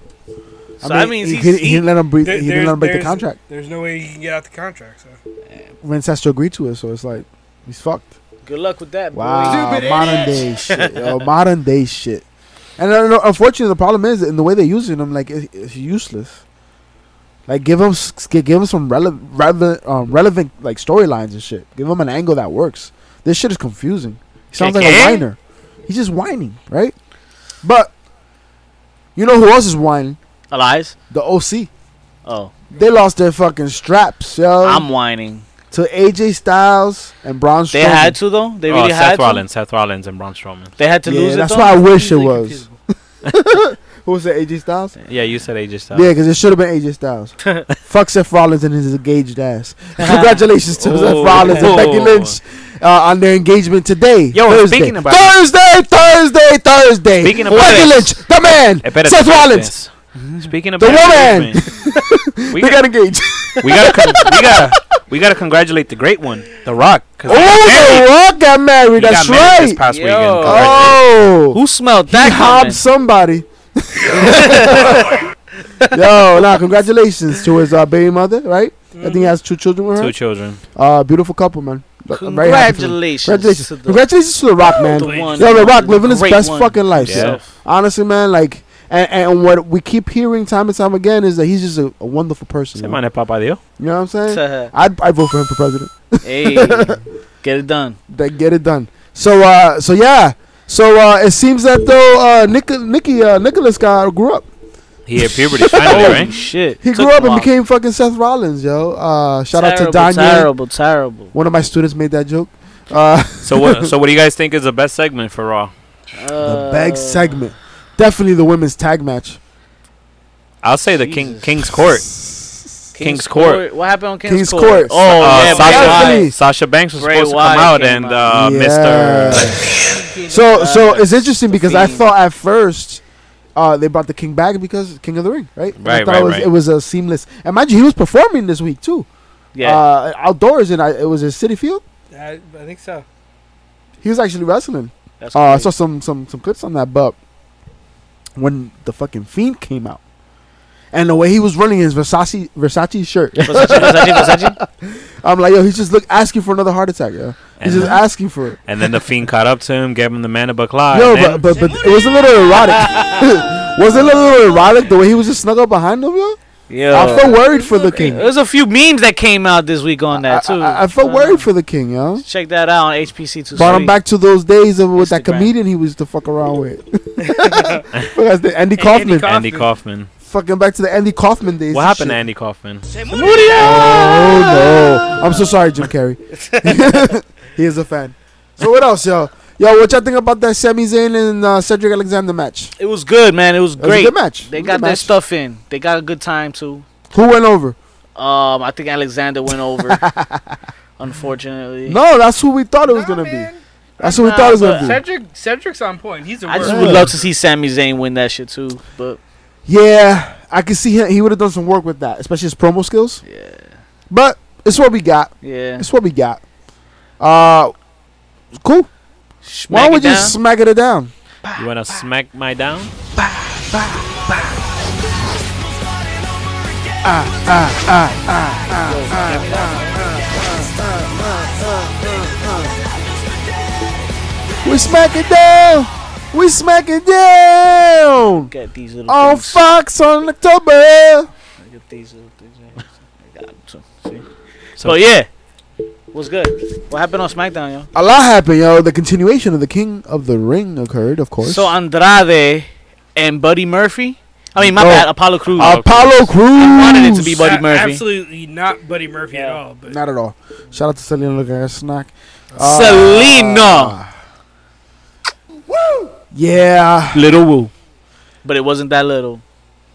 Speaker 1: So that means
Speaker 2: he,
Speaker 1: he's-
Speaker 2: he, didn't- he
Speaker 1: he-
Speaker 2: didn't let him breathe.
Speaker 3: There-
Speaker 2: he
Speaker 3: there's-
Speaker 2: didn't let him break the
Speaker 3: there's-
Speaker 2: contract.
Speaker 3: There's no way he can get out the contract. So.
Speaker 2: Vince has to agree to it, so it's like he's fucked.
Speaker 1: Good luck with that. Boy.
Speaker 2: Wow. Modern day shit. Yo, modern day shit. And I don't know, unfortunately, the problem is in the way they're using him. Like it, it's useless. Like give him s- give him some rele- relevant um, relevant like storylines and shit. Give him an angle that works. This shit is confusing. He sounds like a
Speaker 4: Okay.
Speaker 2: whiner. He's just whining, right? But you know who else is whining?
Speaker 1: Elias.
Speaker 2: The OC.
Speaker 1: Oh,
Speaker 2: They lost their fucking straps, yo,
Speaker 1: I'm whining.
Speaker 2: to AJ Styles and Braun Strowman.
Speaker 1: They had to though. They really
Speaker 4: oh,
Speaker 1: had
Speaker 4: Seth
Speaker 1: to.
Speaker 4: Rollins, Seth Rollins, and Braun Strowman.
Speaker 1: They had to
Speaker 2: yeah,
Speaker 1: lose it.
Speaker 2: that's
Speaker 1: though?
Speaker 2: why I wish it
Speaker 3: Easily
Speaker 2: was. Who was that? AJ Styles.
Speaker 4: Yeah, you said AJ Styles.
Speaker 2: Yeah, because it should have been AJ Styles. Fuck Seth Rollins and his engaged ass. Congratulations to Seth
Speaker 4: Oh.
Speaker 2: Rollins and Becky
Speaker 4: Oh.
Speaker 2: Lynch uh, on their engagement today.
Speaker 4: Yo,
Speaker 2: Thursday.
Speaker 4: speaking about-
Speaker 2: Thursday, Thursday, Thursday.
Speaker 4: Speaking about
Speaker 2: Becky
Speaker 4: it.
Speaker 2: Lynch, the man,
Speaker 4: Eh, espérate,
Speaker 2: Seth
Speaker 4: espérate.
Speaker 2: Rollins.
Speaker 4: Speaking of
Speaker 2: The
Speaker 4: Becky
Speaker 2: woman.
Speaker 4: Lynch, we
Speaker 2: They
Speaker 4: got
Speaker 2: got engaged.
Speaker 4: we got to we got to we got to congratulate the great one, The Rock. 'cause
Speaker 2: Oh, The Rock got married.
Speaker 4: he got
Speaker 2: That's
Speaker 4: married
Speaker 2: right.
Speaker 4: This past
Speaker 1: Yo.
Speaker 4: weekend. Congratulations.
Speaker 2: Oh,
Speaker 1: Who smelled
Speaker 2: he
Speaker 1: that?
Speaker 2: hobbed
Speaker 1: comment?
Speaker 2: somebody. Yo, now congratulations to his uh, baby mother, right? I think he has two children with her.
Speaker 4: Two children.
Speaker 2: Uh, beautiful couple, man. I'm very happy for them.
Speaker 1: Congratulations.
Speaker 2: Congratulations.
Speaker 1: to the-
Speaker 2: Congratulations to The Rock, man.
Speaker 1: the one
Speaker 2: Yo, The Rock
Speaker 1: and
Speaker 2: living his
Speaker 1: great
Speaker 2: best
Speaker 1: one.
Speaker 2: fucking life.
Speaker 4: Yeah.
Speaker 2: yo. Honestly, man, like, and, and what we keep hearing time and time again is that he's just a, a wonderful person.
Speaker 4: Se
Speaker 2: yo.
Speaker 4: mane papá Dios.
Speaker 2: You know what I'm saying?
Speaker 1: To-
Speaker 2: I'd, I'd vote for him for president.
Speaker 1: hey, get it done.
Speaker 2: That get it done. So, uh, so yeah. So uh, it seems that though uh, Nick, Nicky uh, Nicholas guy grew up.
Speaker 4: He hit puberty finally,
Speaker 1: Holy
Speaker 4: right?
Speaker 1: shit.
Speaker 2: He
Speaker 1: Took
Speaker 2: grew up and
Speaker 1: a while.
Speaker 2: became fucking Seth Rollins, yo. Uh, shout out to
Speaker 1: Terrible,
Speaker 2: Daniel.
Speaker 1: Terrible, terrible.
Speaker 2: One of my students made that joke. Uh,
Speaker 4: So what? So what do you guys think is the best segment for Raw?
Speaker 2: the
Speaker 1: Uh,
Speaker 2: bag segment, definitely the women's tag match.
Speaker 4: I'll say the King King's Court. King's Court.
Speaker 1: What happened on King's,
Speaker 2: King's
Speaker 1: Court?
Speaker 2: Court.
Speaker 1: Oh,
Speaker 4: Uh,
Speaker 1: yeah,
Speaker 4: Sasha,
Speaker 1: Bray
Speaker 2: Definitely.
Speaker 1: Wyatt.
Speaker 4: Sasha Banks was
Speaker 1: Bray
Speaker 4: supposed to come
Speaker 1: Wyatt
Speaker 4: out,
Speaker 1: came
Speaker 4: and uh,
Speaker 1: out.
Speaker 4: Mr.
Speaker 2: So, so
Speaker 1: Uh,
Speaker 2: it's interesting because I
Speaker 1: Fiend.
Speaker 2: thought at first uh, they brought the King back because King of the Ring, right? And I
Speaker 4: Right,
Speaker 2: thought
Speaker 4: right,
Speaker 2: it was,
Speaker 4: right.
Speaker 2: It was a seamless. And mind you, he was performing this week too.
Speaker 1: Yeah.
Speaker 2: Uh, outdoors and I, it was a city field.
Speaker 3: I, Mm, I think so.
Speaker 2: He was actually wrestling.
Speaker 1: That's
Speaker 2: Uh, I
Speaker 1: crazy.
Speaker 2: saw some some some clips on that, but when the fucking fiend came out. And the way he was running his Versace Versace shirt,
Speaker 1: Versace, Versace, Versace.
Speaker 2: I'm like, yo, he's just look asking for another heart attack, yo. He's
Speaker 4: And,
Speaker 2: just asking for it.
Speaker 4: and then the Fiend caught up to him, gave him the Mandibuck Claw.
Speaker 2: Yo,
Speaker 4: and then-
Speaker 2: but, but but it was a little erotic. was it a little erotic the way he was just snuggled behind him, yo?
Speaker 1: Yo.
Speaker 2: I felt worried for the king.
Speaker 1: There's a few memes that came out this week on that
Speaker 2: I,
Speaker 1: too.
Speaker 2: I- I felt
Speaker 1: Uh,
Speaker 2: worried for the king, yo.
Speaker 1: Check that out on HPC too.
Speaker 2: Brought him back to those days of with that
Speaker 1: Instagram.
Speaker 2: comedian he was to fuck around with. Fuck, that's the Andy
Speaker 3: Andy
Speaker 2: Kaufman.
Speaker 3: Kaufman.
Speaker 4: Andy Kaufman.
Speaker 2: Fucking back to the Andy Kaufman days.
Speaker 4: What
Speaker 2: and
Speaker 4: happened to
Speaker 2: shit.
Speaker 4: Andy Kaufman?
Speaker 2: Oh no! I'm so sorry, Jim Carrey. he is a fan. So what else, yo? Yo, what y'all think about that Sami Zayn and uh, Cedric Alexander match?
Speaker 1: It was good, man. It was
Speaker 2: It was a
Speaker 1: great.
Speaker 2: good match.
Speaker 1: They
Speaker 2: It was a
Speaker 1: got
Speaker 2: good
Speaker 1: their
Speaker 2: match.
Speaker 1: stuff in. They got a good time too.
Speaker 2: Who went over?
Speaker 1: Um, I think Alexander went over. unfortunately,
Speaker 2: No, that's who we thought it was
Speaker 3: Nah,
Speaker 2: gonna be.
Speaker 3: man.
Speaker 2: That's who we
Speaker 1: Nah,
Speaker 2: thought it was
Speaker 1: but
Speaker 2: gonna be.
Speaker 3: Cedric, Cedric's on point. He's a
Speaker 1: I just
Speaker 3: word.
Speaker 1: would love to see Sami Zayn win that shit too. But
Speaker 2: Yeah, I could see him. He would have done some work with that, especially his promo skills.
Speaker 1: yeah,
Speaker 2: But it's what we got.
Speaker 1: yeah.
Speaker 2: It's what we got. Uh, cool. Why
Speaker 1: Smack
Speaker 2: don't we
Speaker 1: it down.
Speaker 2: just smack it down?
Speaker 4: You wanna smack my down?
Speaker 2: We smack it down. We smack it down.
Speaker 1: get these little
Speaker 2: On
Speaker 1: things.
Speaker 2: Fox on October.
Speaker 1: Get these little things. right here. I got 'em, so- see?
Speaker 4: So-
Speaker 1: So yeah, what's good? What happened on SmackDown, yo?
Speaker 2: A lot happened, yo. The continuation of the King of the Ring occurred, of course.
Speaker 1: So Andrade and Buddy Murphy. I mean, my
Speaker 2: No. Ah.
Speaker 1: bad. Apollo Crews.
Speaker 2: Apollo Cruz.
Speaker 1: I wanted it to be Buddy
Speaker 3: A-
Speaker 1: Murphy.
Speaker 3: Absolutely not Buddy Murphy at
Speaker 1: Yeah.
Speaker 3: all. But
Speaker 2: Not at all. Shout out to Selena looking at snack.
Speaker 1: Selena.
Speaker 2: Yeah.
Speaker 1: Little woo. But it wasn't that little.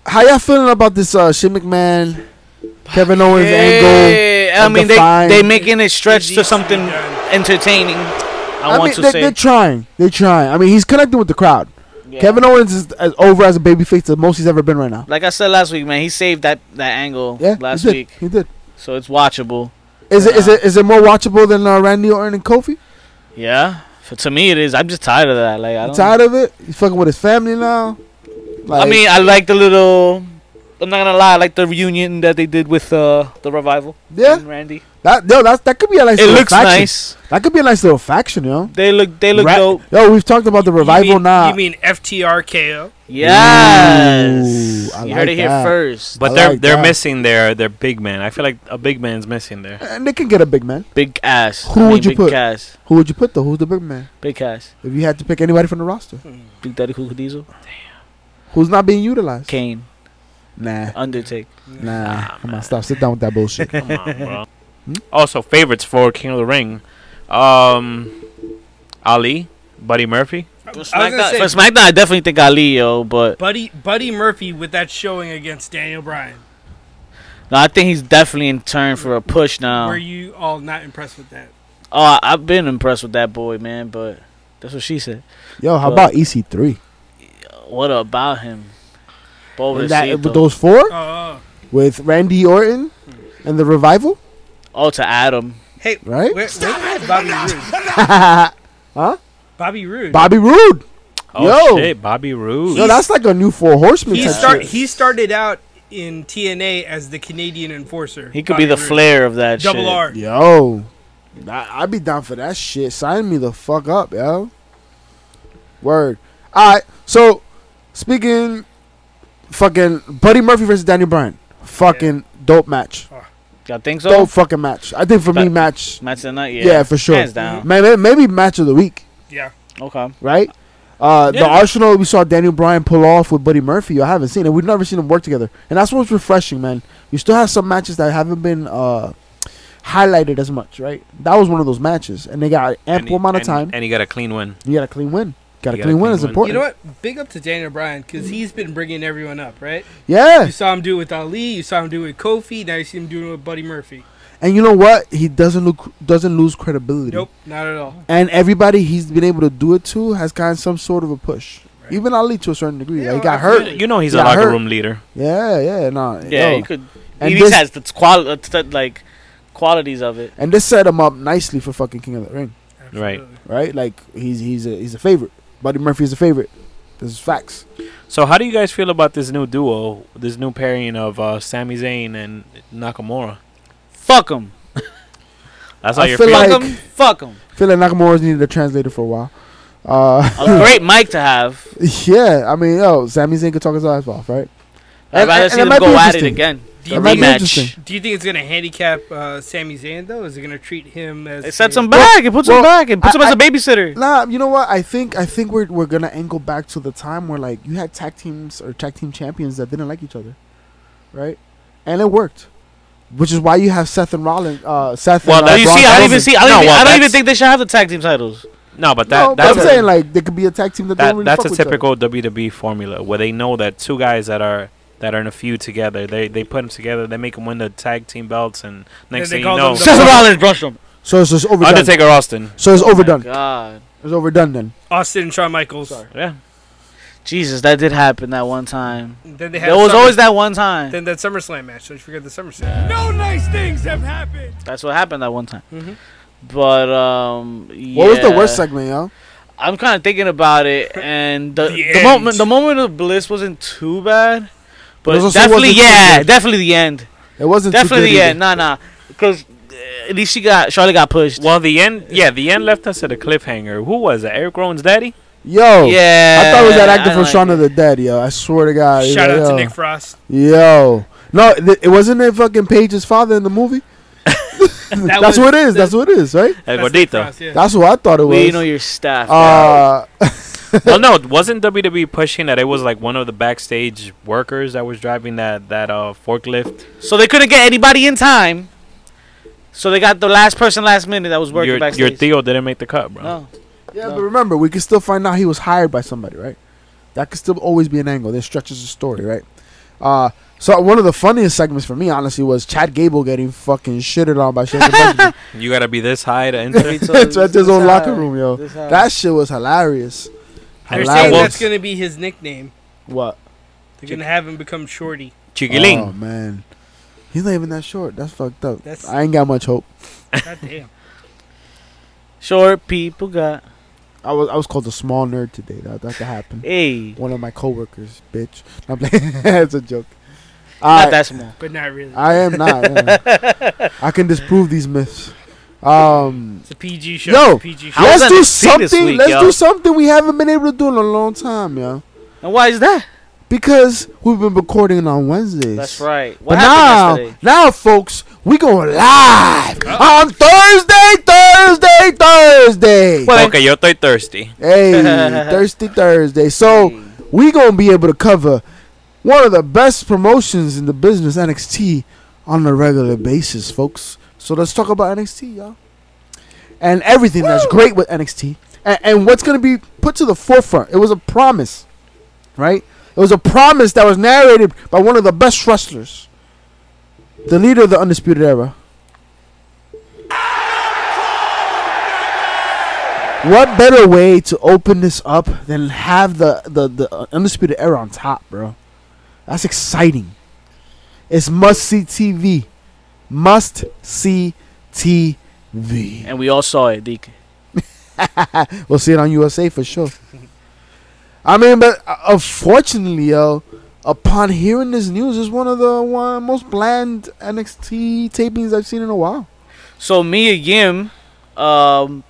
Speaker 2: How y'all feeling about this uh Shane McMahon, Kevin Owens angle?
Speaker 1: I
Speaker 2: of
Speaker 1: mean,
Speaker 2: the
Speaker 1: they
Speaker 2: fine.
Speaker 1: they making it
Speaker 3: It
Speaker 1: stretch
Speaker 3: needs
Speaker 1: to
Speaker 3: be
Speaker 1: something
Speaker 3: done.
Speaker 1: entertaining. I,
Speaker 2: I,
Speaker 1: want
Speaker 2: mean,
Speaker 1: to
Speaker 2: they,
Speaker 1: say
Speaker 2: they're trying. They're trying. I mean, he's connecting with the crowd.
Speaker 1: Yeah.
Speaker 2: Kevin Owens is as over as a babyface the most he's ever been right now.
Speaker 1: Like I said last week, man, he saved that that angle
Speaker 2: Yeah,
Speaker 1: last
Speaker 2: he did.
Speaker 1: week,
Speaker 2: He did.
Speaker 1: so it's watchable.
Speaker 2: Is it is it is it more watchable than uh, Randy Orton and Kofi?
Speaker 1: Yeah, for, to me it is. I'm just tired of that. Like I
Speaker 2: You
Speaker 1: don't.
Speaker 2: tired of it? He's fucking with his family now.
Speaker 1: I
Speaker 2: Like,
Speaker 1: mean, I like the little. I'm not gonna lie, I like the reunion that they did with uh, the revival.
Speaker 2: yeah,
Speaker 1: and Randy.
Speaker 2: that yo, that that could be a nice.
Speaker 1: It
Speaker 2: little
Speaker 1: looks
Speaker 2: faction.
Speaker 1: nice.
Speaker 2: That could be a nice little faction, yo.
Speaker 1: They look. They look
Speaker 2: Ra-
Speaker 1: dope.
Speaker 2: Yo, we've talked about the
Speaker 3: you
Speaker 2: revival
Speaker 3: mean,
Speaker 2: now.
Speaker 3: You mean FTRKO?
Speaker 1: Yes.
Speaker 2: Ooh, I
Speaker 1: you
Speaker 2: like
Speaker 1: heard it here
Speaker 2: that.
Speaker 1: first.
Speaker 4: But
Speaker 2: I
Speaker 4: they're
Speaker 2: like
Speaker 4: they're
Speaker 2: that.
Speaker 4: missing their their big man. I feel like a big man's missing there.
Speaker 2: and they can get a big man.
Speaker 1: Big ass.
Speaker 2: Who would you
Speaker 1: big
Speaker 2: put?
Speaker 1: Cass.
Speaker 2: Who would you put though? Who's the big man?
Speaker 1: Big ass.
Speaker 2: If you had to pick anybody from the roster,
Speaker 1: Big Daddy Cool Diesel.
Speaker 2: who's not being utilized?
Speaker 1: Kane.
Speaker 2: Nah,
Speaker 1: Undertaker.
Speaker 2: nah. Come on, stop. Sit down with that bullshit.
Speaker 4: Come on, bro.
Speaker 2: Hmm?
Speaker 4: Also favorites for King of the Ring, um, Ali, Buddy Murphy.
Speaker 1: For
Speaker 3: I was gonna
Speaker 1: SmackDown,
Speaker 3: say-
Speaker 1: for SmackDown, I definitely think Ali, yo. But
Speaker 3: Buddy Buddy Murphy with that showing against Daniel Bryan.
Speaker 1: no, I think he's definitely in turn for a push
Speaker 2: Uh.
Speaker 1: now.
Speaker 3: Were you all not impressed with that?
Speaker 1: Oh, I- I've been impressed with that boy, man. But that's what she said.
Speaker 2: Yo, how
Speaker 1: Look.
Speaker 2: about E EC3?
Speaker 1: What about him?
Speaker 2: And that-
Speaker 1: Pobrecito.
Speaker 2: with those four,
Speaker 3: Oh,
Speaker 2: with Randy Orton and the revival,
Speaker 1: oh, to Adam.
Speaker 3: hey,
Speaker 2: right?
Speaker 3: where, where is Bobby Roode? Bobby Roode.
Speaker 2: Bobby Roode.
Speaker 4: Oh
Speaker 2: Yo.
Speaker 4: shit, Bobby Roode.
Speaker 2: Yo, that's like a new Four Horsemen
Speaker 3: he
Speaker 2: type
Speaker 3: start
Speaker 2: shit.
Speaker 3: he started out in TNA as the Canadian enforcer.
Speaker 1: He could
Speaker 3: Bobby
Speaker 1: be the
Speaker 3: Roode.
Speaker 1: flair of that
Speaker 3: Double
Speaker 1: shit.
Speaker 3: R.
Speaker 2: Yo, I, I'd be down for that shit. Sign me the fuck up, yo. Word. All right. So, speaking, fucking Buddy Murphy versus Daniel Bryan. Fucking dope match.
Speaker 1: Y'all think so?
Speaker 2: Dope fucking match. I think for me,
Speaker 1: But-
Speaker 2: match.
Speaker 1: Match of the night, yeah.
Speaker 2: Yeah, for sure. Mm-hmm.
Speaker 1: Hands down.
Speaker 2: Maybe, maybe match of the week,
Speaker 3: Yeah.
Speaker 1: Okay.
Speaker 2: right? Uh, The
Speaker 4: Yeah.
Speaker 2: Arsenal we saw Daniel Bryan pull off with Buddy Murphy. I haven't seen it. We've never seen them work together, and that's what's refreshing, man. You still have some matches that haven't been uh, highlighted as much, right? That was one of those matches, and they got ample
Speaker 4: he-
Speaker 2: amount of
Speaker 4: and-
Speaker 2: time.
Speaker 4: and he got a clean win.
Speaker 2: you got a clean win. Got a
Speaker 4: You
Speaker 2: clean win is important.
Speaker 3: You know what? Big up to Daniel Bryan because he's been bringing everyone up, right?
Speaker 2: Yeah,
Speaker 3: You saw him do it with Ali. You saw him do it with Kofi. Now you see him doing it with Buddy Murphy.
Speaker 2: and you know what? He doesn't look doesn't lose credibility.
Speaker 3: Nope, not at all.
Speaker 2: And everybody he's been able to do it to has gotten some sort of a push.
Speaker 3: Right.
Speaker 2: Even Ali to a certain degree.
Speaker 3: Yeah,
Speaker 2: like, he got
Speaker 3: well,
Speaker 2: hurt.
Speaker 3: that's
Speaker 4: You know he's
Speaker 2: Yeah,
Speaker 4: a locker
Speaker 2: hurt.
Speaker 4: room leader.
Speaker 2: Yeah, yeah, nah.
Speaker 1: Yeah,
Speaker 2: yo.
Speaker 1: you could.
Speaker 2: And
Speaker 1: he at least
Speaker 2: this-
Speaker 1: has the quali- uh, t- like qualities of it.
Speaker 2: And this set him up nicely for fucking King of the Ring,
Speaker 4: Right.
Speaker 3: Absolutely.
Speaker 2: right? Like he's he's a he's a favorite. Buddy Murphy is a favorite. This is facts.
Speaker 4: So how do you guys feel about this new duo, this new pairing of uh, Sami Zayn and Nakamura?
Speaker 1: Fuck him.
Speaker 4: That's how
Speaker 2: I
Speaker 4: you're
Speaker 2: feel
Speaker 4: feeling.
Speaker 1: Fuck
Speaker 2: Like-
Speaker 1: him. Fuck him.
Speaker 2: Feel like Nakamura's needed a translator for a while. Uh,
Speaker 1: A great mic to have.
Speaker 2: yeah, I mean, yo, Sami Zayn could talk his ass off, right?
Speaker 1: I'd
Speaker 2: And-
Speaker 1: rather
Speaker 2: and-
Speaker 1: see
Speaker 2: and it
Speaker 1: them
Speaker 2: might be
Speaker 1: go at it
Speaker 2: interesting.
Speaker 1: again.
Speaker 3: Do
Speaker 1: A
Speaker 2: It
Speaker 3: you,
Speaker 2: might be
Speaker 1: rematch.
Speaker 2: interesting.
Speaker 3: do you think it's going to handicap uh, Sami Zayn, though? Is it going to treat him as.
Speaker 1: It sets him
Speaker 3: a-
Speaker 1: back. It puts
Speaker 2: well,
Speaker 1: him back. It puts
Speaker 2: I-
Speaker 1: him as
Speaker 2: I-
Speaker 1: a babysitter.
Speaker 2: Nah, you know what? I think I think we're we're gonna angle back to the time where like you had tag teams or tag team champions that didn't like each other, right? And it worked, which is why you have Seth and Rollins. Uh, Seth.
Speaker 4: Well,
Speaker 2: and, uh,
Speaker 4: now
Speaker 1: you
Speaker 2: Braun
Speaker 1: see, I don't even
Speaker 2: Strowman.
Speaker 1: see. I don't,
Speaker 4: No,
Speaker 1: even,
Speaker 4: well,
Speaker 1: I don't even
Speaker 4: that's-
Speaker 1: think they should have the tag team titles.
Speaker 4: No, but that
Speaker 2: No, but
Speaker 4: that's
Speaker 2: I'm
Speaker 4: a,
Speaker 2: saying like there could be a tag team that,
Speaker 4: that
Speaker 2: don't really
Speaker 4: that's
Speaker 2: fuck
Speaker 4: a
Speaker 2: with each
Speaker 4: typical
Speaker 2: other.
Speaker 4: WWE formula where they know that two guys that are that are in a feud together, they they put them together, they make them win the tag team belts, and next
Speaker 3: they
Speaker 4: thing you
Speaker 3: call
Speaker 4: know,
Speaker 3: them the-
Speaker 1: Seth Rollins brushed him.
Speaker 2: So it's just overdone.
Speaker 4: Undertaker Austin.
Speaker 2: So it's overdone.
Speaker 1: Oh God,
Speaker 2: It's overdone then.
Speaker 3: Austin and Shawn Michaels.
Speaker 4: Yeah,
Speaker 1: Jesus, that did happen that one time.
Speaker 3: Then they had
Speaker 1: There was
Speaker 3: Summer-
Speaker 1: always that one time.
Speaker 3: Then that SummerSlam match. Don't you forget the SummerSlam.
Speaker 5: No nice things have happened.
Speaker 1: That's what happened that one time.
Speaker 3: Mhm.
Speaker 1: But um,
Speaker 2: What was the
Speaker 1: yeah.
Speaker 2: worst segment, yo?
Speaker 1: I'm kind of thinking about it, and the,
Speaker 3: The
Speaker 1: the,
Speaker 3: end.
Speaker 1: moment the moment of bliss wasn't too bad,
Speaker 2: But it
Speaker 1: but
Speaker 2: also
Speaker 1: definitely
Speaker 2: wasn't too
Speaker 1: yeah,
Speaker 2: good.
Speaker 1: definitely the end,
Speaker 2: It wasn't too
Speaker 1: definitely
Speaker 2: good
Speaker 1: the
Speaker 2: either.
Speaker 1: end. Nah, nah, because at least she got Charlotte got pushed.
Speaker 4: Well, the end. Yeah, the end left us at a cliffhanger. Who was it? Eric Rowan's daddy.
Speaker 2: Yo,
Speaker 1: yeah,
Speaker 2: I thought it was that actor
Speaker 1: I
Speaker 2: from
Speaker 1: like
Speaker 2: Shaun
Speaker 1: it.
Speaker 2: of the Dead, yo. I swear to God.
Speaker 3: Shout
Speaker 2: yo,
Speaker 3: out to
Speaker 2: yo.
Speaker 3: Nick Frost.
Speaker 2: Yo, no, th- it wasn't it fucking Paige's father in the movie.
Speaker 3: That
Speaker 2: That's
Speaker 3: was-
Speaker 2: what it is.
Speaker 3: that-
Speaker 2: That's what it is, right?
Speaker 4: El
Speaker 3: that's Nick
Speaker 4: Gordito.
Speaker 3: Frost, yeah.
Speaker 2: That's what I thought it was.
Speaker 1: We know your staff.
Speaker 2: uh,
Speaker 4: well, no, wasn't WWE pushing that it was like one of the backstage workers that was driving that that uh forklift?
Speaker 1: so they couldn't get anybody in time. So they got the last person last minute that was working
Speaker 4: Your, your
Speaker 1: backstage. Oh,
Speaker 4: Theo didn't make the cut, bro.
Speaker 1: No.
Speaker 2: yeah, but remember, we can still find out he was hired by somebody, right? That could still always be an angle. There stretches the story, right? Uh, so one of the funniest segments for me, honestly, was Chad Gable getting fucking shitted on by Shane.
Speaker 4: You gotta be this high to enter.
Speaker 2: That's at his own locker room, yo.
Speaker 1: This how-
Speaker 2: That shit was hilarious.
Speaker 3: They're
Speaker 4: Hello.
Speaker 3: saying
Speaker 4: Well-
Speaker 3: that's going to be his nickname.
Speaker 2: What?
Speaker 3: They're going to have him become Shorty.
Speaker 2: Oh
Speaker 4: Chiquiling.
Speaker 2: man, he's not even that short. That's fucked up.
Speaker 3: That's-
Speaker 2: I ain't got much hope.
Speaker 3: God damn.
Speaker 1: Short people got
Speaker 2: I was I was called a small nerd today. That that could happen.
Speaker 1: hey,
Speaker 2: One of my coworkers, bitch. I'm playing. That's a joke.
Speaker 1: not
Speaker 2: I
Speaker 1: that small.
Speaker 3: But not really.
Speaker 2: I am not. yeah. I can disprove these myths. Um,
Speaker 3: It's a PG show.
Speaker 2: Yo,
Speaker 3: it's a PG show.
Speaker 1: I was
Speaker 2: let's do
Speaker 1: NXT this
Speaker 2: something.
Speaker 1: week,
Speaker 2: let's
Speaker 1: yo.
Speaker 2: do something we haven't been able to do in a long time, yo.
Speaker 1: And why is that?
Speaker 2: Because we've been recording on Wednesdays.
Speaker 1: That's right.
Speaker 2: But
Speaker 1: What
Speaker 2: now,
Speaker 1: happened yesterday?
Speaker 2: now, folks, we going live on Thursday, Thursday, Thursday.
Speaker 1: Well,
Speaker 4: Okay, yo estoy thirsty.
Speaker 2: Hey, thirsty Thursday. So we gonna be able to cover one of the best promotions in the business, NXT, on a regular basis, folks. So let's talk about NXT, y'all, and everything that's great with NXT, and, and what's gonna be put to the forefront. It was a promise, right? It was a promise that was narrated by one of the best wrestlers, the leader of the Undisputed Era. What better way to open this up than have the, the, the Undisputed Era on top, bro? That's exciting. It's must see TV. Must see TV.
Speaker 1: and we all saw it, Deke.
Speaker 2: We'll see it on USA for sure. I mean, but uh, unfortunately, yo, upon hearing this news, it's one of the one, most bland NXT tapings I've seen in a while.
Speaker 1: So Mia Yim, um,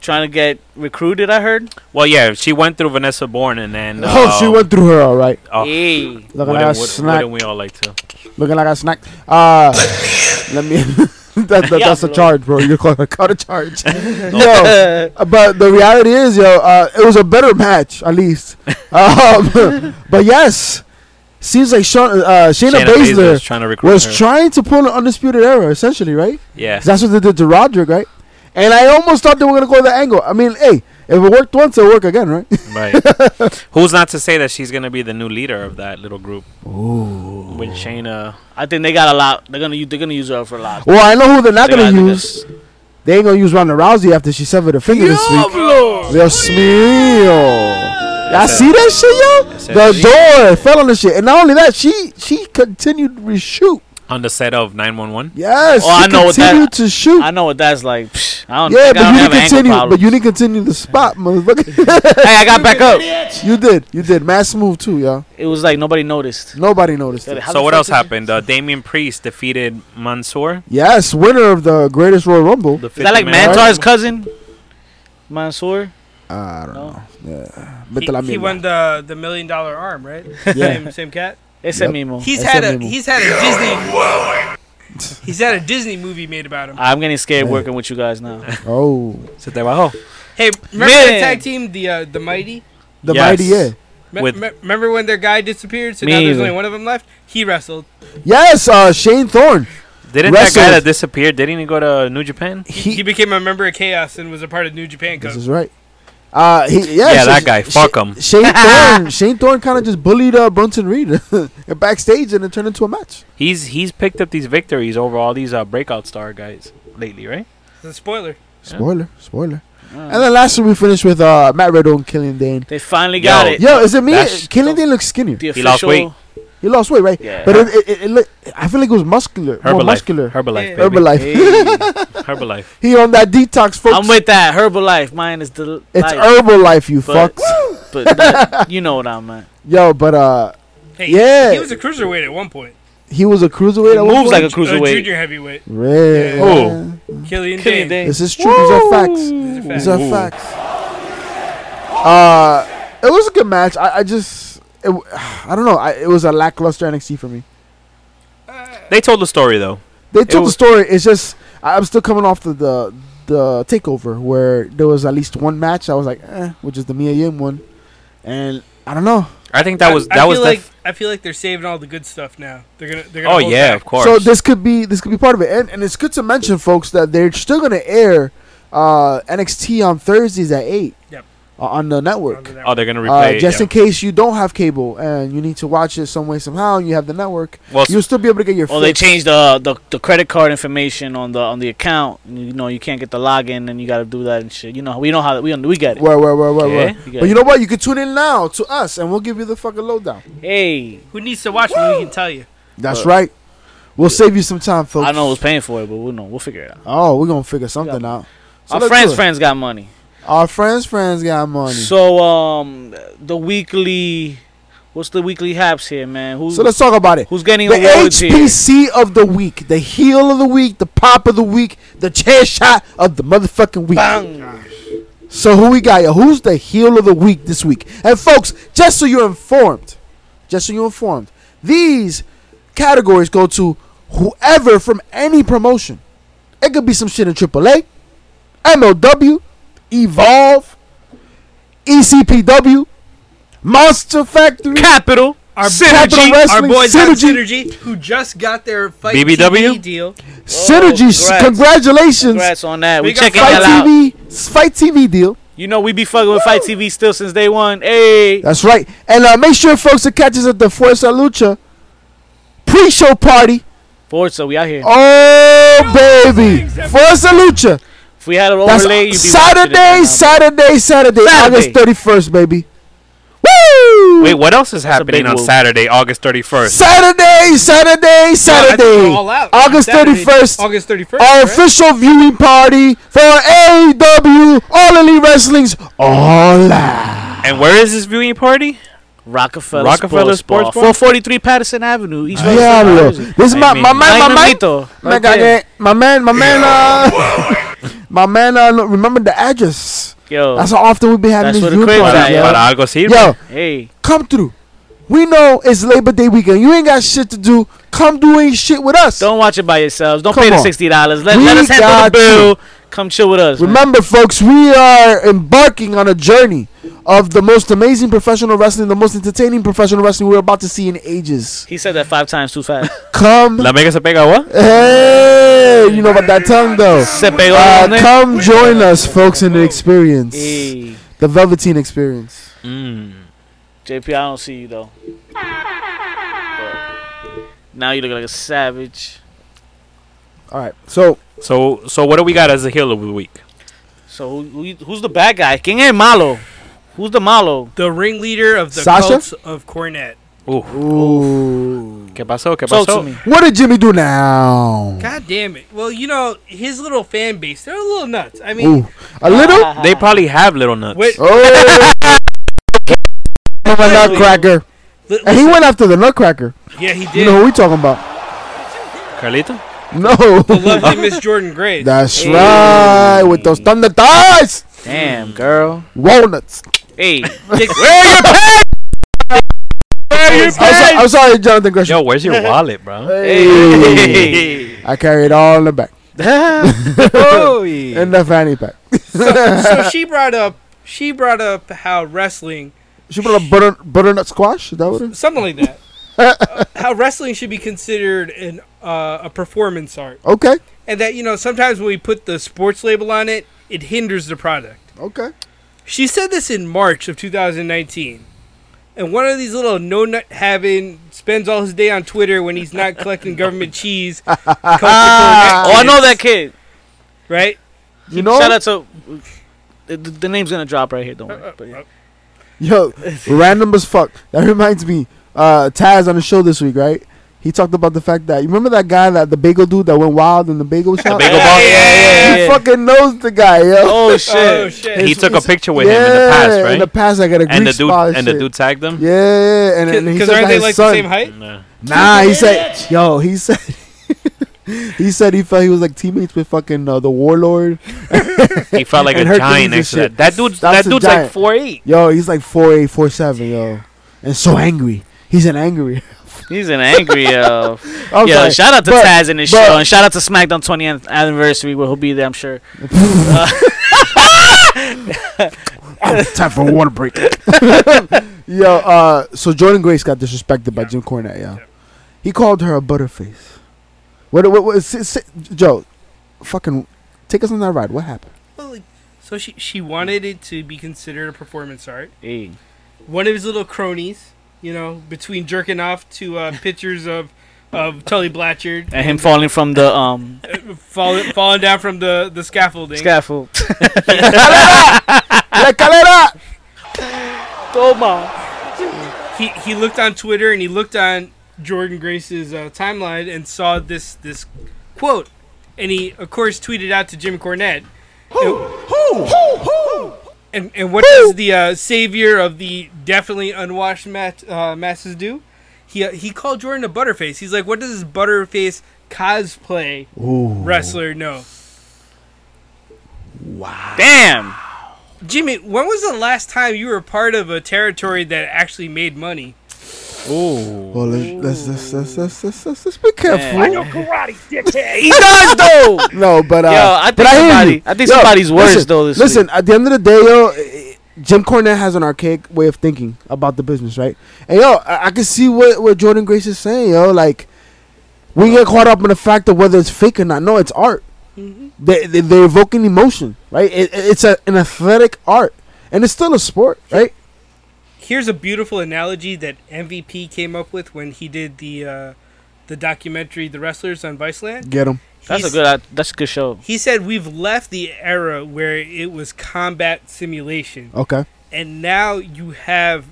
Speaker 1: trying to get recruited. I heard.
Speaker 4: Well, yeah, she went through Vanessa Bourne and then. Uh,
Speaker 2: oh, she went through her, all right.
Speaker 4: Oh,
Speaker 1: Hey,
Speaker 2: Looking
Speaker 4: wouldn't-
Speaker 2: like a
Speaker 4: would-
Speaker 2: snack.
Speaker 4: wouldn't we all like to?
Speaker 2: Looking like a snack. Uh, let me. that, that,
Speaker 1: Yeah,
Speaker 2: that's a
Speaker 1: bro.
Speaker 2: charge, bro. You're calling a cut a charge. yo, but the reality is, yo, uh, it was a better match at least. Um, but yes, seems like Shawn, uh,
Speaker 4: Shayna
Speaker 2: Shayna, Baszler,
Speaker 4: Baszler's trying to recruit
Speaker 2: was
Speaker 4: her.
Speaker 2: trying to pull an undisputed era, essentially, right?
Speaker 4: yeah.
Speaker 2: 'Cause That's what they did to Roderick, right? And I almost thought they were gonna go that angle. I mean, hey, if it worked once, it'll work again, right?
Speaker 4: Right. Who's not to say that she's gonna be the new leader of that little group? Ooh. When Shayna,
Speaker 1: I think they got a lot. They're gonna use. They're gonna use her for a lot.
Speaker 2: well, I know who they're not
Speaker 1: They
Speaker 2: gonna
Speaker 1: gotta do
Speaker 2: use.
Speaker 1: this.
Speaker 2: They ain't gonna use Ronda Rousey after she severed her finger this week. Dios mío. Y'all
Speaker 4: That's
Speaker 2: see that
Speaker 4: That's
Speaker 2: shit,
Speaker 4: it.
Speaker 2: yo? The
Speaker 4: She-
Speaker 2: door fell on the shit, and not only that, she she continued to reshoot.
Speaker 4: on the set of 911.
Speaker 2: Yes,
Speaker 1: Oh,
Speaker 2: she
Speaker 1: I know what that-
Speaker 2: continued to shoot.
Speaker 1: I know what that's like. Psh, I don't.
Speaker 2: yeah,
Speaker 1: think I
Speaker 2: but
Speaker 1: don't
Speaker 2: you
Speaker 1: have
Speaker 2: didn't
Speaker 1: an ankle
Speaker 2: continue. But
Speaker 1: problem.
Speaker 2: you didn't continue the spot, motherfucker.
Speaker 1: hey, I got back up.
Speaker 2: you did, you did. Mass move too, y'all.
Speaker 1: It was like nobody noticed.
Speaker 2: Nobody noticed. It.
Speaker 1: How
Speaker 4: So
Speaker 1: the
Speaker 4: what
Speaker 1: fuck
Speaker 4: else
Speaker 1: did you-
Speaker 4: happened? Uh, Damian Priest defeated Mansoor.
Speaker 2: Yes, winner of the greatest Royal Rumble.
Speaker 4: The
Speaker 1: Is that like
Speaker 4: 50-man
Speaker 1: Mantar's cousin, Mansoor?
Speaker 2: I don't
Speaker 1: No.
Speaker 2: know. Yeah.
Speaker 3: He,
Speaker 2: Vete la
Speaker 3: he
Speaker 2: mierda.
Speaker 3: won the the million dollar arm, right?
Speaker 2: Yeah.
Speaker 3: Same, same cat.
Speaker 1: Ese
Speaker 2: Yep.
Speaker 1: mismo.
Speaker 3: He's
Speaker 2: That's
Speaker 3: had
Speaker 2: that
Speaker 3: a
Speaker 2: meme.
Speaker 3: he's had a Disney. he's had a Disney movie made about him.
Speaker 1: I'm getting scared
Speaker 2: Hey.
Speaker 1: working with you guys now.
Speaker 2: Oh,
Speaker 4: Se te bajó.
Speaker 3: Hey, remember
Speaker 1: Man.
Speaker 3: the tag team, the uh, the Mighty?
Speaker 2: the
Speaker 4: Yes.
Speaker 2: mighty yeah.
Speaker 3: Me-
Speaker 4: With-
Speaker 3: me- remember when their guy disappeared? So
Speaker 1: Me
Speaker 3: now there's
Speaker 1: either.
Speaker 3: only one of them left. He wrestled.
Speaker 2: Yes, uh, Shane Thorne.
Speaker 4: Didn't that
Speaker 2: Wrestled.
Speaker 4: guy that disappeared? Didn't he go to New Japan?
Speaker 3: He, became a member of Chaos and was a part of New Japan.
Speaker 2: This
Speaker 3: Cup.
Speaker 2: is right. Uh, he, yeah,
Speaker 4: Yeah,
Speaker 2: Sh-
Speaker 4: that guy.
Speaker 2: Sh-
Speaker 4: Fuck him.
Speaker 2: Shane Thorne. Shane Thorne kind of just bullied uh, Brunson Reed backstage, and it turned into a match.
Speaker 4: He's he's picked up these victories over all these uh, breakout star guys lately, right?
Speaker 3: It's a spoiler.
Speaker 2: Spoiler, spoiler. And then lastly, we finished with uh, Matt Riddle and Killing Dane.
Speaker 1: They finally
Speaker 4: Yo.
Speaker 1: got it.
Speaker 2: Yo, is it me?
Speaker 4: That's-
Speaker 2: Killing Dane looks skinnier.
Speaker 1: The
Speaker 4: He lost
Speaker 1: official.
Speaker 4: weight.
Speaker 2: He lost weight, right?
Speaker 1: Yeah.
Speaker 2: But it, it, it, it look, I feel like it was muscular, more
Speaker 4: Herbalife.
Speaker 2: muscular.
Speaker 4: Herbalife.
Speaker 3: Yeah.
Speaker 4: Baby.
Speaker 2: Herbalife.
Speaker 1: Hey.
Speaker 4: Herbalife.
Speaker 2: He on that detox, folks.
Speaker 1: I'm with that Herbalife. Mine is the
Speaker 2: it's
Speaker 1: life,
Speaker 2: Herbalife, you
Speaker 1: but,
Speaker 2: fucks.
Speaker 1: but that, you know what I meant.
Speaker 2: Yo, but uh,
Speaker 3: Hey,
Speaker 2: Yeah.
Speaker 3: He was a cruiserweight at one point.
Speaker 2: he was a cruiserweight.
Speaker 1: He
Speaker 2: at one
Speaker 1: moves like a
Speaker 2: point?
Speaker 3: A
Speaker 1: cruiserweight.
Speaker 3: junior heavyweight.
Speaker 2: Red.
Speaker 3: Yeah.
Speaker 4: Oh.
Speaker 3: Killian
Speaker 1: Killian
Speaker 3: Dane.
Speaker 1: Dane.
Speaker 2: This is true. These are facts.
Speaker 3: These are
Speaker 2: These
Speaker 3: facts.
Speaker 4: Ooh.
Speaker 2: are facts. Uh, it was a good match. I, I just, it, w- I don't know. I, it was a lackluster NXT for me.
Speaker 4: They told the story though.
Speaker 2: They told
Speaker 4: wa-
Speaker 2: the story. It's just I, I'm still coming off the, the the takeover where there was at least one match. I was like, eh, which is the Mia Yim one, and I don't know.
Speaker 4: I think that
Speaker 3: I-
Speaker 4: was
Speaker 3: I
Speaker 4: that was
Speaker 3: feel
Speaker 4: the
Speaker 3: like
Speaker 4: f-
Speaker 3: I feel like they're saving all the good stuff now. They're gonna. They're gonna
Speaker 4: oh
Speaker 3: hold
Speaker 4: yeah,
Speaker 3: back.
Speaker 4: of course.
Speaker 2: So this could be this could be part of it, and, and it's good to mention, folks, that they're still gonna air uh, NXT on Thursdays at eight
Speaker 3: Yep.
Speaker 2: o- on the network.
Speaker 3: Under that
Speaker 4: oh, they're gonna replay.
Speaker 2: Uh,
Speaker 4: it,
Speaker 2: just
Speaker 4: yeah.
Speaker 2: in case you don't have cable and you need to watch it some way somehow, and you have the network,
Speaker 4: well,
Speaker 2: you'll still be able to get your.
Speaker 1: Well, they
Speaker 2: fix.
Speaker 1: changed the, the the credit card information on the on the account. You know, you can't get the login, and you got to do that and shit. You know, we know how we we get it.
Speaker 2: Where, where, where, where, where?
Speaker 4: Okay.
Speaker 1: We get
Speaker 2: But you
Speaker 1: it.
Speaker 2: know what? You can tune in now to us, and we'll give you the fucking lowdown.
Speaker 1: hey,
Speaker 3: Who needs to watch when we can tell you?
Speaker 2: That's
Speaker 1: Uh,
Speaker 2: right. We'll save you some time, folks.
Speaker 1: I know who's paying for it, but we'll know. We'll figure it out.
Speaker 2: Oh, we're gonna figure something out. So
Speaker 1: Our
Speaker 2: let's
Speaker 1: friends'
Speaker 2: do it.
Speaker 1: friends got money.
Speaker 2: Our friends, friends got money. So,
Speaker 1: So um, the weekly, what's the weekly haps here, man? Who's
Speaker 2: let's talk about it.
Speaker 1: who's getting
Speaker 2: The
Speaker 1: awards here?
Speaker 2: HPC of the week, the heel of the week, the pop of the week, the chair shot of the motherfucking week. So who we got? Yo? Who's the heel of the week this week? And folks, just so you're informed, just so you're informed, these categories go to whoever from any promotion. It could be some shit in AAA, MLW, Evolve, E ECPW, Monster Factory,
Speaker 1: Capital.
Speaker 3: Our,
Speaker 2: Capital
Speaker 3: our
Speaker 2: Wrestling,
Speaker 3: boys at
Speaker 2: Synergy,
Speaker 3: Synergy, who just got their fight
Speaker 4: BBW?
Speaker 3: TV deal.
Speaker 2: Synergy.
Speaker 1: congrats.
Speaker 2: Congratulations.
Speaker 1: Congrats on that. We
Speaker 3: Big up
Speaker 1: checking
Speaker 2: Fight
Speaker 1: y'all out.
Speaker 2: TV, Fight TV deal.
Speaker 1: You know we be fucking with Fight TV still since day one. Hey,
Speaker 2: That's right. And uh, make sure, folks, to catch us at the Fuerza Lucha pre-show party.
Speaker 1: Forza, we out here.
Speaker 2: Oh baby, Fuerza Lucha.
Speaker 1: If we had an
Speaker 2: That's
Speaker 1: overlay, you'd be watching
Speaker 2: Saturday,
Speaker 1: it right
Speaker 2: Saturday, Saturday,
Speaker 1: Saturday.
Speaker 2: August thirty first, baby. Woo!
Speaker 4: wait, what else is
Speaker 1: a big
Speaker 4: happening on
Speaker 1: move.
Speaker 4: Saturday, August 31st?
Speaker 2: Saturday, Saturday, Saturday.
Speaker 3: all out.
Speaker 2: August
Speaker 3: Saturday,
Speaker 2: thirty first.
Speaker 3: August 31st.
Speaker 2: Our
Speaker 3: right?
Speaker 2: official viewing party for AEW All Elite Wrestling's All Out.
Speaker 4: And where is this viewing party?
Speaker 1: now. Rockefeller,
Speaker 4: Rockefeller
Speaker 1: Sports,
Speaker 4: Sports
Speaker 1: Bar, 443 Patterson Avenue,
Speaker 2: Ah,
Speaker 1: East Rutherford,
Speaker 2: Diablo.
Speaker 1: New Jersey.
Speaker 2: This is
Speaker 4: I
Speaker 2: my,
Speaker 4: mean,
Speaker 2: my man, my man.
Speaker 1: Dynamito,
Speaker 2: My
Speaker 1: right
Speaker 2: guy,
Speaker 1: there.
Speaker 2: my man, my man, uh, my man, uh, no, remember the address.
Speaker 1: Yo,
Speaker 2: That's how often we've been having
Speaker 1: Oh. That's where the
Speaker 2: these viewing
Speaker 1: cribs
Speaker 2: parties,
Speaker 1: at,
Speaker 4: Para,
Speaker 1: yeah.
Speaker 2: yo.
Speaker 4: para algo sirve.
Speaker 2: Yo,
Speaker 1: hey,
Speaker 2: come through. We know it's Labor Day weekend. You ain't got shit to do. Come doing shit with us.
Speaker 1: Don't watch it by yourselves. Don't
Speaker 2: Come
Speaker 1: pay the
Speaker 2: on.
Speaker 1: sixty dollars. Let,
Speaker 2: We
Speaker 1: let us handle the
Speaker 2: got
Speaker 1: bill. Come chill with us. man.
Speaker 2: Remember, folks, we are embarking on a journey of the most amazing professional wrestling, the most entertaining professional wrestling we're about to see in ages.
Speaker 1: He said that five times too fast.
Speaker 2: Come,
Speaker 4: La Mega se pega what?
Speaker 2: hey, you know about that tongue though.
Speaker 1: Se pegó
Speaker 2: Uh,
Speaker 1: ¿dónde?
Speaker 2: come join us, folks, in the experience, the
Speaker 1: Hey,
Speaker 2: Velveteen experience.
Speaker 4: Mm.
Speaker 1: JP, I don't see you though. Now you look like a savage.
Speaker 2: All right, so
Speaker 4: So so what do we got as a heel of the week?
Speaker 1: So who, who you- who's the bad guy? ¿Quién es el malo? Who's the malo?
Speaker 3: The ringleader of the
Speaker 2: Sasha?
Speaker 3: cults of Cornet.
Speaker 4: Ooh.
Speaker 2: ooh,
Speaker 4: ¿Qué pasó? ¿Qué
Speaker 1: Talk to
Speaker 4: pasó?
Speaker 1: me.
Speaker 2: what did Jimmy do now?
Speaker 3: God damn it. Well, you know, his little fan base, they're a little nuts. I mean,
Speaker 2: Ooh, Ah. a little.
Speaker 1: Ah,
Speaker 4: They probably have little nuts.
Speaker 3: what,
Speaker 2: Oh, I'm a nutcracker,
Speaker 3: li-
Speaker 2: and he went after the nutcracker.
Speaker 3: yeah, he did.
Speaker 2: You know who we talking about?
Speaker 4: Carlito?
Speaker 3: the
Speaker 2: No.
Speaker 3: lovely Miss Jordan Gray.
Speaker 2: That's right. With those thunder thighs.
Speaker 1: Damn, girl.
Speaker 2: Walnuts.
Speaker 1: Hey,
Speaker 2: I'm, so- I'm sorry, Jonathan Gresham.
Speaker 4: Yo, where's your wallet, bro?
Speaker 2: Hey. I carry it all in the back. In
Speaker 1: Hey.
Speaker 2: the fanny pack.
Speaker 3: so, so she brought up she brought up how wrestling
Speaker 2: She put a butter, butternut squash? Is that what it is?
Speaker 3: something like that uh, how wrestling should be considered an uh, a performance art
Speaker 2: Okay.
Speaker 3: and that you know sometimes when we put the sports label on it it hinders the product
Speaker 2: Okay.
Speaker 3: she said this in march of 2019 and one of these little no nut having spends all his day on twitter when he's not collecting government cheese comes to collect
Speaker 1: oh, I know
Speaker 3: kids,
Speaker 1: that kid.
Speaker 3: right
Speaker 2: You Ah. know?
Speaker 1: Shout out to. uh, The, the name's gonna drop right here. Don't
Speaker 4: Uh,
Speaker 1: worry. But yeah.
Speaker 2: Yo, random as fuck. That reminds me. Uh, Taz on the show this week, right? He talked about the fact that you remember that guy that the bagel dude that went wild in the bagel shop.
Speaker 4: bagel boss?
Speaker 1: yeah,
Speaker 2: He
Speaker 1: yeah.
Speaker 2: fucking knows the guy, yo.
Speaker 1: Oh shit.
Speaker 3: oh shit
Speaker 4: He
Speaker 2: It's-
Speaker 4: took a
Speaker 2: it's-
Speaker 4: picture with him in the
Speaker 2: Yeah,
Speaker 4: past,
Speaker 2: In
Speaker 4: right?
Speaker 2: the past, I got a Greek
Speaker 4: And the dude
Speaker 2: spa
Speaker 4: and the
Speaker 2: shit.
Speaker 4: dude tagged them?
Speaker 2: Yeah, and, and he
Speaker 3: because
Speaker 2: said that
Speaker 3: aren't they
Speaker 2: his
Speaker 3: like
Speaker 2: son,
Speaker 3: the same height
Speaker 4: Nah.
Speaker 2: Nah, he said, yo, he said, he said he felt he was like teammates with fucking uh, the warlord.
Speaker 4: He felt like a
Speaker 2: And Hercules
Speaker 4: giant
Speaker 2: and
Speaker 4: next to
Speaker 2: shit.
Speaker 4: that. That dude
Speaker 2: That's
Speaker 4: that
Speaker 2: a
Speaker 4: dude's
Speaker 2: giant.
Speaker 4: like four eight.
Speaker 2: Yo, he's like four eight, four seven, yo, and so angry. He's an angry.
Speaker 1: He's an angry uh,
Speaker 2: I'm
Speaker 1: Yo,
Speaker 2: sorry.
Speaker 1: shout out to
Speaker 2: But-
Speaker 1: Taz and his
Speaker 2: but-
Speaker 1: show, and shout out to SmackDown 20th anniversary where he'll be there, I'm sure.
Speaker 2: Oh, time for a water break. yo, uh, so Jordan Grace got disrespected by Jim Cornette. Yeah, he called her a butterface. What? What? what si- si- Joe, fucking take us on that ride. What happened?
Speaker 3: Well, like, so she she wanted it to be considered a performance art.
Speaker 1: Hey.
Speaker 3: One of his little cronies, you know, between jerking off to uh, pictures of of Tully Blatchard
Speaker 1: And him falling from the um
Speaker 3: falling falling down from the the scaffolding.
Speaker 1: scaffold.
Speaker 2: La calera.
Speaker 3: he he looked on Twitter and he looked on Jordan Grace's uh, timeline and saw this this quote, and he of course tweeted out to Jim Cornette. and, And, and what does the uh, savior of the definitely unwashed mat, uh, masses do? He uh, he called Jordan a butterface. He's like, what does this butterface cosplay wrestler know?
Speaker 1: Damn.
Speaker 3: Jimmy, when was the last time you were part of a territory that actually made money?
Speaker 4: Ooh.
Speaker 2: Well, let's let's let's let's let's, let's, let's be careful.
Speaker 1: Man.
Speaker 5: Karate, dickhead.
Speaker 1: He does though.
Speaker 2: No, but uh,
Speaker 1: Yo, I think
Speaker 2: but hear
Speaker 1: somebody-
Speaker 2: you.
Speaker 1: I think somebody's worse,
Speaker 2: listen,
Speaker 1: though, this
Speaker 2: listen, at the end of the day, yo, eh, Jim Cornette has an archaic way of thinking about the business, right? And yo, I, I can see what what Jordan Grace is saying, yo. Like, we get caught up in the fact of whether it's fake or not. No, it's art. They, they they're evoking emotion, right? It, it- it's a, an athletic art, and it's still a sport, right?
Speaker 3: Here's a beautiful analogy that MVP came up with when he did the uh, the documentary The Wrestlers on Viceland.
Speaker 2: Get them.
Speaker 1: That's a
Speaker 3: He's-
Speaker 1: good uh, that's a good show.
Speaker 3: He said we've left the era where it was combat simulation,
Speaker 2: Okay.
Speaker 3: and now you have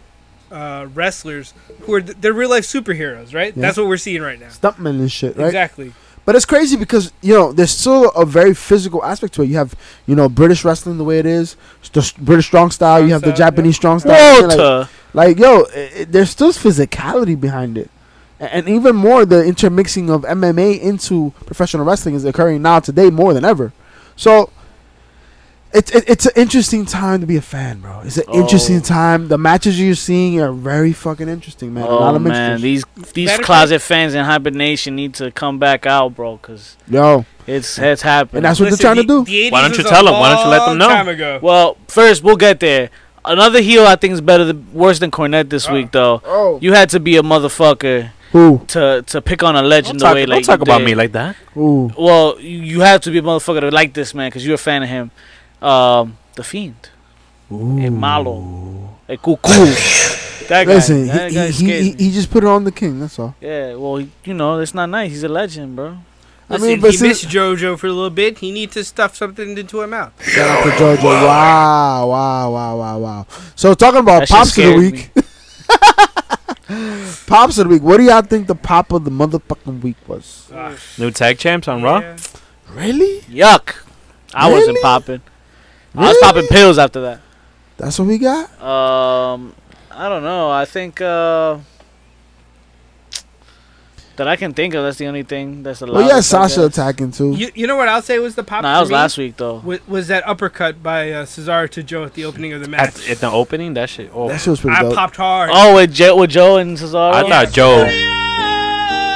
Speaker 3: uh, wrestlers who are th- they're real life superheroes, right?
Speaker 2: Yeah.
Speaker 3: That's what we're seeing right now.
Speaker 2: Stuntmen and shit, right?
Speaker 3: Exactly.
Speaker 2: But it's crazy because you know there's still a very physical aspect to it. You have you know British wrestling the way it is, s- the s- British strong style. you have
Speaker 3: Strong
Speaker 2: the
Speaker 3: style,
Speaker 2: Japanese
Speaker 3: yeah.
Speaker 2: strong style. Like,
Speaker 1: Walter.
Speaker 2: like, yo, i i- there's still physicality behind it, A- and even more the intermixing of MMA into professional wrestling is occurring now today more than ever. So It's it, it's an interesting time to be a fan, bro. It's an interesting
Speaker 1: Oh.
Speaker 2: time. The matches you're seeing are very fucking interesting, man. a lot
Speaker 1: Oh
Speaker 2: of
Speaker 1: man,
Speaker 2: mixtures.
Speaker 1: these these
Speaker 3: Better
Speaker 1: closet fans in hibernation need to come back out, bro, because
Speaker 2: Yo,
Speaker 1: it's it's happening.
Speaker 2: and that's what they're trying to do.
Speaker 4: Why don't you tell 'em? Why don't you let them know?
Speaker 3: Time ago.
Speaker 1: well, first we'll get there. Another heel I think is better than worse than Cornette this
Speaker 3: Oh.
Speaker 1: week though.
Speaker 2: Oh,
Speaker 1: You had to be a motherfucker
Speaker 2: who?
Speaker 1: to to pick on a
Speaker 4: Don't
Speaker 1: legend the
Speaker 4: talk,
Speaker 1: way
Speaker 4: don't
Speaker 1: like
Speaker 4: talk
Speaker 1: you
Speaker 4: about
Speaker 1: did.
Speaker 4: me like that.
Speaker 2: Ooh.
Speaker 1: Well, you- you have to be a motherfucker to like this man because you're a fan of him. Um, the Fiend, a Malo, a Cuckoo. that guy.
Speaker 2: Listen,
Speaker 1: that
Speaker 2: he,
Speaker 1: guy
Speaker 2: he,
Speaker 1: scares
Speaker 2: he,
Speaker 1: me.
Speaker 2: he just put it on the king. That's all.
Speaker 1: Yeah, well, he- you know, it's not nice. He's a legend, bro.
Speaker 2: I
Speaker 3: Listen,
Speaker 2: mean, but
Speaker 3: he
Speaker 2: see-
Speaker 3: missed JoJo for a little bit. He needs to stuff something into her mouth.
Speaker 2: Shout out to Jojo. Wow, wow, wow, wow, wow. So talking
Speaker 1: That
Speaker 2: about
Speaker 1: shit
Speaker 2: pops of the
Speaker 1: scared
Speaker 2: week. pops of the week. What do y'all think the pop of the motherfucking week was?
Speaker 4: New tag champs on Raw.
Speaker 3: Yeah.
Speaker 2: Really?
Speaker 1: Yuck. I wasn't
Speaker 2: Really?
Speaker 1: popping. I was popping pills after that.
Speaker 2: That's what we got.
Speaker 1: Um, I don't know. I think uh, that I can think of. That's the only thing that's allowed.
Speaker 2: Well, yeah,
Speaker 1: I
Speaker 2: Sasha
Speaker 1: guess.
Speaker 2: attacking too.
Speaker 3: You, you know what I'll say was the pop.
Speaker 1: No,
Speaker 3: for
Speaker 1: that was
Speaker 3: me?
Speaker 1: last week though.
Speaker 3: Was, was that uppercut by uh, Cesaro to Joe at the opening of the
Speaker 4: At,
Speaker 3: match?
Speaker 4: at the opening, that shit. Oh,
Speaker 2: That shit was pretty
Speaker 3: I
Speaker 2: dope.
Speaker 3: popped hard.
Speaker 1: Oh, with Joe, with Joe and Cesaro.
Speaker 4: I thought Joe.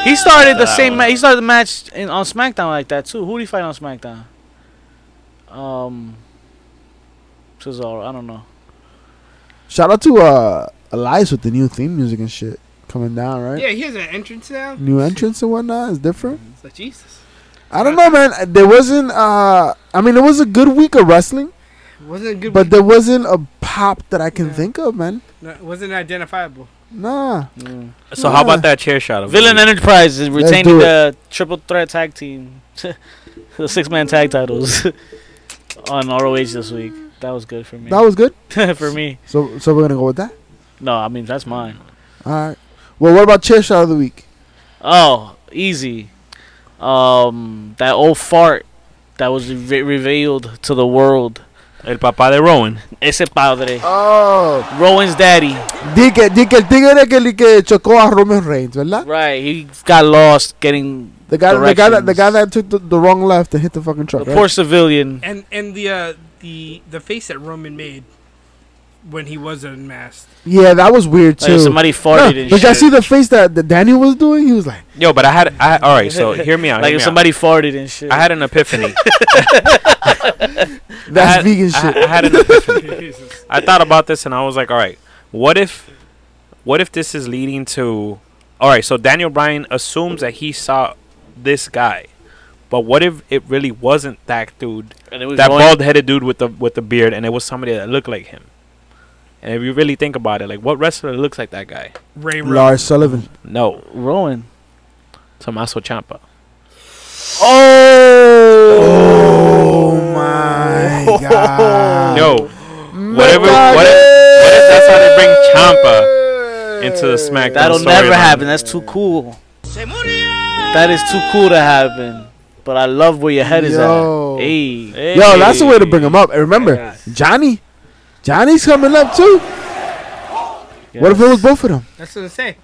Speaker 1: He started the
Speaker 4: That
Speaker 1: same.
Speaker 4: one.
Speaker 1: Ma- he started the match in, on SmackDown like that too. Who did he fight on SmackDown? Um, Cesaro. I don't know.
Speaker 2: Shout out to uh Elias with the new theme music and shit coming down, right? Mm-hmm.
Speaker 3: Yeah, he has an entrance now.
Speaker 2: New entrance and whatnot is different.
Speaker 3: It's like Jesus.
Speaker 2: I don't know, man. There wasn't. uh I mean, it was a good week of wrestling,
Speaker 3: Wasn't a good,
Speaker 2: but there wasn't a pop that I can
Speaker 3: Yeah.
Speaker 2: think of, man.
Speaker 3: no, wasn't identifiable.
Speaker 2: Nah.
Speaker 1: Mm.
Speaker 4: So how about that chair shot? Of the
Speaker 1: Villain
Speaker 4: week?
Speaker 1: Enterprise is
Speaker 2: Let's
Speaker 1: retaining
Speaker 2: do it.
Speaker 1: the triple threat tag team, the six man tag titles on ROH this week. That was good for me.
Speaker 2: That was good.
Speaker 1: for me.
Speaker 2: So, so we're gonna go with that.
Speaker 1: No, I mean that's mine.
Speaker 2: All right. Well, what about chair shot of the week?
Speaker 1: Oh, easy. Um, that old fart that was re- revealed to the world.
Speaker 4: El papá de Rowan.
Speaker 1: Ese padre,
Speaker 2: Oh,
Speaker 1: Rowan's daddy.
Speaker 2: di que, di que el tigre que, que chocó a Roman Reigns, ¿verdad?
Speaker 1: Right, he got lost getting
Speaker 2: The guy, the guy, that, the
Speaker 1: Directions.
Speaker 2: guy that took the, the wrong left and hit the fucking truck.
Speaker 1: the
Speaker 2: right?
Speaker 1: poor civilian.
Speaker 3: And and the uh, the the face that Roman made when he was unmasked.
Speaker 2: Yeah, that was weird
Speaker 1: Like
Speaker 2: too.
Speaker 1: somebody
Speaker 2: No,
Speaker 1: farted and
Speaker 2: did
Speaker 1: shit.
Speaker 2: y'all see the face that, that Daniel was doing? He was like,
Speaker 4: Yo, but I had. I, all right, so hear me out.
Speaker 1: like
Speaker 4: hear
Speaker 1: if
Speaker 4: me
Speaker 1: somebody farted and shit.
Speaker 4: out. I had an epiphany. I
Speaker 2: "That's
Speaker 4: had-
Speaker 2: vegan
Speaker 4: I-
Speaker 2: shit."
Speaker 4: I had an epiphany.
Speaker 3: Jesus.
Speaker 4: I thought about this and I was like, all right, what if, what if this is leading to, all right, so Daniel Bryan assumes that he saw this guy, but what if it really wasn't that dude,
Speaker 1: and it was
Speaker 4: that
Speaker 1: Rowan-
Speaker 4: bald-headed dude with the with the beard, and it was somebody that looked like him? And if you really think about it, like what wrestler looks like that guy?
Speaker 3: Ray Rowan.
Speaker 2: Lars Sullivan.
Speaker 4: No,
Speaker 1: Rowan.
Speaker 4: Tommaso Ciampa.
Speaker 2: Oh,
Speaker 1: Oh,
Speaker 2: my god!
Speaker 4: No, whatever.
Speaker 2: Mega
Speaker 4: What if, what if that's how they bring Ciampa? into the SmackDown
Speaker 1: That'll
Speaker 4: storyline.
Speaker 1: never happen. That's too cool. That is too cool to happen. But I love where your head is
Speaker 2: Yo.
Speaker 1: at. Hey.
Speaker 2: Yo, that's the way to bring him up. And remember,
Speaker 1: Yes.
Speaker 2: Johnny, Johnny's coming up too. What if it was both of them?
Speaker 3: That's what I say.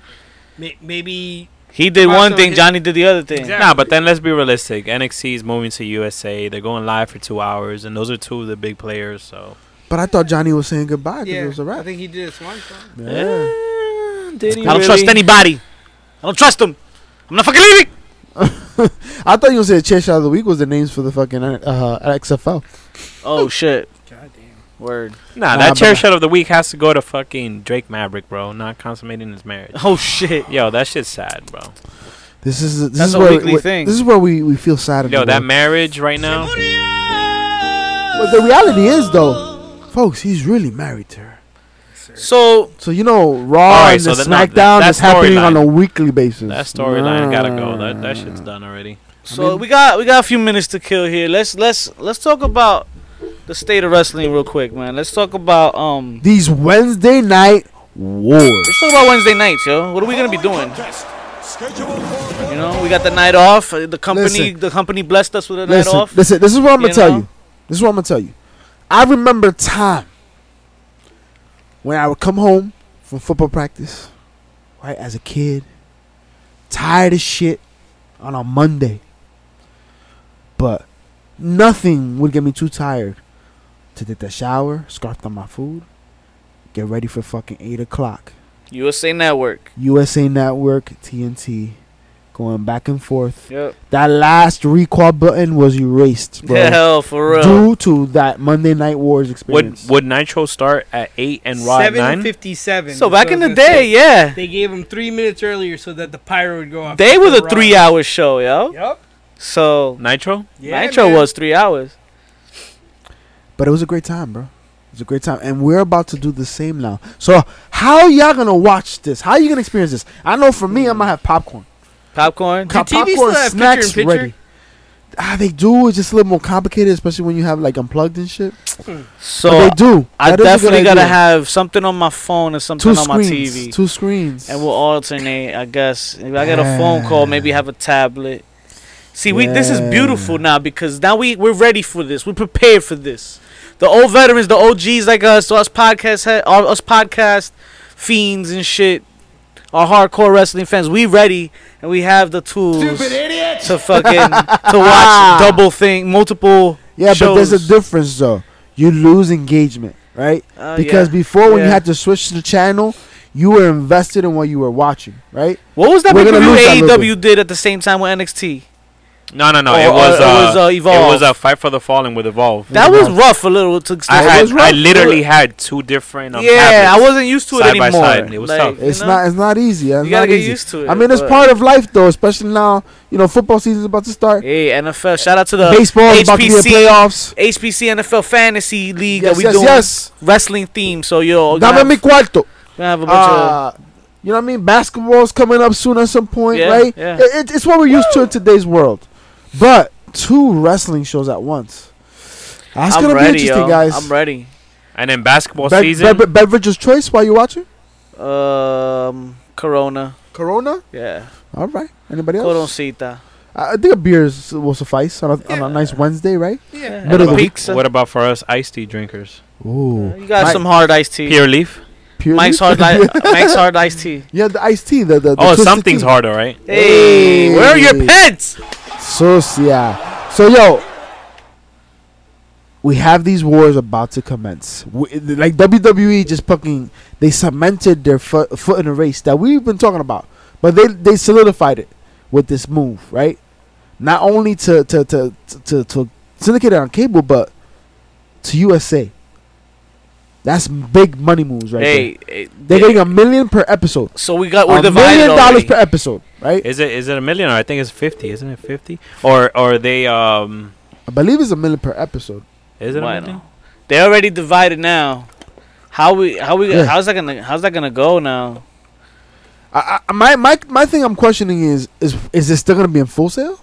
Speaker 3: May- Maybe
Speaker 1: he did
Speaker 3: Well,
Speaker 1: one
Speaker 3: so
Speaker 1: thing,
Speaker 3: he-
Speaker 1: Johnny did the other thing.
Speaker 3: Exactly.
Speaker 4: Nah, but then let's be realistic. NXT is moving to USA. They're going live for two hours, and those are two of the big players. So
Speaker 2: But I thought Johnny was saying goodbye because
Speaker 3: yeah,
Speaker 2: it was a
Speaker 3: I
Speaker 2: wrap.
Speaker 3: think he did a swan song.
Speaker 4: Eh.
Speaker 2: Yeah.
Speaker 4: Did he
Speaker 1: I don't trust anybody. I don't trust him. I'm not fucking leaving.
Speaker 2: I thought you were saying chair shot of the week was the names for the fucking uh, XFL.
Speaker 1: Oh shit.
Speaker 3: God damn.
Speaker 1: Word.
Speaker 4: Nah,
Speaker 2: Nah,
Speaker 4: that chair
Speaker 2: but-
Speaker 4: shot of the week has to go to fucking Drake Maverick, bro. Not consummating his marriage.
Speaker 1: Oh shit.
Speaker 4: Yo, that shit's sad, bro.
Speaker 2: This is this
Speaker 1: That's
Speaker 2: is
Speaker 1: a
Speaker 2: where
Speaker 1: weekly
Speaker 2: we-
Speaker 1: thing.
Speaker 2: This is where we, we feel sad. in
Speaker 4: Yo,
Speaker 2: the
Speaker 4: that
Speaker 2: world.
Speaker 4: marriage right now.
Speaker 2: But the reality is though, folks, he's really married to her.
Speaker 1: So
Speaker 2: So you know, Raw
Speaker 4: All right,
Speaker 2: and
Speaker 4: so
Speaker 2: the
Speaker 4: then that-
Speaker 2: SmackDown
Speaker 4: that
Speaker 2: is happening
Speaker 4: storyline-
Speaker 2: on a weekly basis.
Speaker 4: That storyline gotta go. That that shit's
Speaker 2: Nah.
Speaker 4: done already.
Speaker 1: so we got we got a few minutes to kill here. Let's let's let's talk about the state of wrestling real quick, man. Let's talk about um
Speaker 2: These Wednesday night wars.
Speaker 1: Let's talk about Wednesday nights, yo. What are we gonna be doing? You know, we got the night off. uh, The company,
Speaker 2: Listen.
Speaker 1: the company blessed us with a night
Speaker 2: Listen,
Speaker 1: off.
Speaker 2: listen. This is what I'm gonna
Speaker 1: You
Speaker 2: tell
Speaker 1: know?
Speaker 2: you. This is what I'm gonna tell you. I remember a time when I would come home from football practice, right, as a kid, tired as shit on a Monday. But nothing would get me too tired to take a shower, scarf down my food, get ready for fucking eight o'clock.
Speaker 1: USA Network.
Speaker 2: USA Network, TNT, going back and forth.
Speaker 1: Yep.
Speaker 2: That last recall button was erased, bro.
Speaker 1: Hell, for real.
Speaker 2: Due to that Monday Night Wars
Speaker 4: Would
Speaker 2: experience.
Speaker 4: would Nitro start at eight and Raw at
Speaker 3: Seven
Speaker 4: nine?
Speaker 3: fifty-seven.
Speaker 1: So back in the
Speaker 3: it's gonna
Speaker 1: day,
Speaker 3: say
Speaker 1: yeah,
Speaker 3: they gave him three minutes earlier so that the pyro would go off.
Speaker 1: they was a
Speaker 3: Right.
Speaker 1: three-hour show, yo.
Speaker 3: Yep.
Speaker 1: So
Speaker 4: Nitro.
Speaker 3: Yeah,
Speaker 1: Nitro
Speaker 3: man.
Speaker 1: was three hours.
Speaker 2: But it was a great time, bro. It was a great time, and we're about to do the same now. So how y'all gonna watch this? How you gonna experience this? I know for me, I'm gonna have popcorn.
Speaker 1: Popcorn.
Speaker 2: Co-
Speaker 3: TV still have picture in picture?
Speaker 2: Ah, they do. It's just a little more complicated, especially when you have like unplugged and shit.
Speaker 1: So
Speaker 2: but they do.
Speaker 1: I
Speaker 2: That is a good
Speaker 1: definitely gotta
Speaker 2: idea.
Speaker 1: have something on my phone and something
Speaker 2: two
Speaker 1: on my
Speaker 2: screens.
Speaker 1: TV,
Speaker 2: Two screens.
Speaker 1: and we'll alternate. I guess if I get a phone call, maybe have a tablet. See, we this is
Speaker 2: Yeah.
Speaker 1: beautiful now because now we we're ready for this. We're prepared for this. The old veterans, the OGs like us, us podcast, he- uh, us podcast fiends and shit, our hardcore wrestling fans. We ready and we have the tools
Speaker 5: idiot!
Speaker 1: to fucking to watch double thing, multiple.
Speaker 2: yeah, but there's a
Speaker 1: shows.
Speaker 2: difference though. You lose engagement, right?
Speaker 1: Uh,
Speaker 2: because
Speaker 1: yeah.
Speaker 2: before when you
Speaker 1: Yeah.
Speaker 2: had to switch to the channel, you were invested in what you were watching, right?
Speaker 1: what was that
Speaker 2: we're gonna lose that
Speaker 1: pay-per-view
Speaker 2: little
Speaker 1: AEW did at the same time with NXT?
Speaker 4: No, no, no.
Speaker 1: Or-
Speaker 4: it
Speaker 1: or
Speaker 4: was
Speaker 1: it was, uh,
Speaker 4: uh,
Speaker 1: Evolve.
Speaker 4: It was a fight for the fallen with evolve.
Speaker 1: That was rough a little to
Speaker 4: I
Speaker 1: explain.
Speaker 4: had
Speaker 2: was rough.
Speaker 4: I literally had two different. Um,
Speaker 1: yeah, I
Speaker 4: tablets.
Speaker 1: wasn't used to it
Speaker 4: Side by
Speaker 1: anymore.
Speaker 4: side, it was tough.
Speaker 1: you
Speaker 2: It's
Speaker 1: know?
Speaker 2: not. It's not easy. It's
Speaker 1: You gotta
Speaker 2: not
Speaker 1: get
Speaker 2: easy.
Speaker 1: used to it.
Speaker 2: I mean, it's
Speaker 1: but-
Speaker 2: part of life though, especially now. You know, football season's about to start.
Speaker 1: Hey, NFL! Shout out to the
Speaker 2: Baseball is about to be in
Speaker 1: HPC
Speaker 2: playoffs.
Speaker 1: HPC NFL Fantasy League that
Speaker 2: Yes,
Speaker 1: we
Speaker 2: yes,
Speaker 1: doing
Speaker 2: yes.
Speaker 1: wrestling theme. So yo, gonna
Speaker 2: Dame
Speaker 1: have,
Speaker 2: mi cuarto.
Speaker 1: gonna have a bunch of
Speaker 2: Uh, you know what I mean? Basketball's coming up soon at some point,
Speaker 1: Yeah,
Speaker 2: right?
Speaker 1: yeah.
Speaker 2: It, it, it's what we're used to in today's world. But two wrestling shows at once. That's
Speaker 1: I'm
Speaker 2: gonna
Speaker 1: ready,
Speaker 2: be interesting,
Speaker 1: yo.
Speaker 2: guys.
Speaker 1: I'm ready.
Speaker 4: And then basketball
Speaker 2: Be-
Speaker 4: season.
Speaker 2: be- beverage's choice while you watching?
Speaker 1: Um, Corona.
Speaker 2: Corona.
Speaker 1: Yeah,
Speaker 2: All right. Anybody else?
Speaker 1: Coroncita.
Speaker 2: I I think a beer is, will suffice on a, on a nice Wednesday, right?
Speaker 1: Yeah,
Speaker 2: Middle of the week.
Speaker 1: pizza.
Speaker 4: What about for us iced tea drinkers?
Speaker 2: Ooh.
Speaker 1: You got
Speaker 2: Mike-
Speaker 1: some hard iced tea.
Speaker 4: Pure leaf.
Speaker 2: Pure
Speaker 1: Mike's
Speaker 2: leaf?
Speaker 1: hard li- Mike's hard iced tea.
Speaker 2: Yeah, the iced tea. The, the, the
Speaker 4: Oh,
Speaker 2: twisted
Speaker 4: something's
Speaker 2: tea.
Speaker 4: harder, right?
Speaker 1: Hey, where are your
Speaker 2: Hey.
Speaker 1: pets?
Speaker 2: So yeah. So yo, we have these wars about to commence. We, like WWE just fucking they cemented their foot, foot in a race that we've been talking about, but they they solidified it with this move, right? Not only to to to to, to syndicate it on cable, but to USA. That's big money moves, right?
Speaker 1: Hey,
Speaker 4: eh,
Speaker 2: there. They're
Speaker 1: hey,
Speaker 2: getting a million per episode.
Speaker 1: so we got we're
Speaker 2: A
Speaker 1: divided
Speaker 2: million dollars
Speaker 1: already.
Speaker 2: per episode, right?
Speaker 4: Is it is it a million? Or I think it's fifty, isn't it fifty? Or or they um
Speaker 2: I believe it's a million per episode.
Speaker 4: is it a
Speaker 1: Why
Speaker 4: million?
Speaker 1: not? They already divided now. How we how we
Speaker 2: Yeah.
Speaker 1: how's that gonna how's that gonna go now?
Speaker 2: I, I, my my my thing I'm questioning is is is this still gonna be in full sale?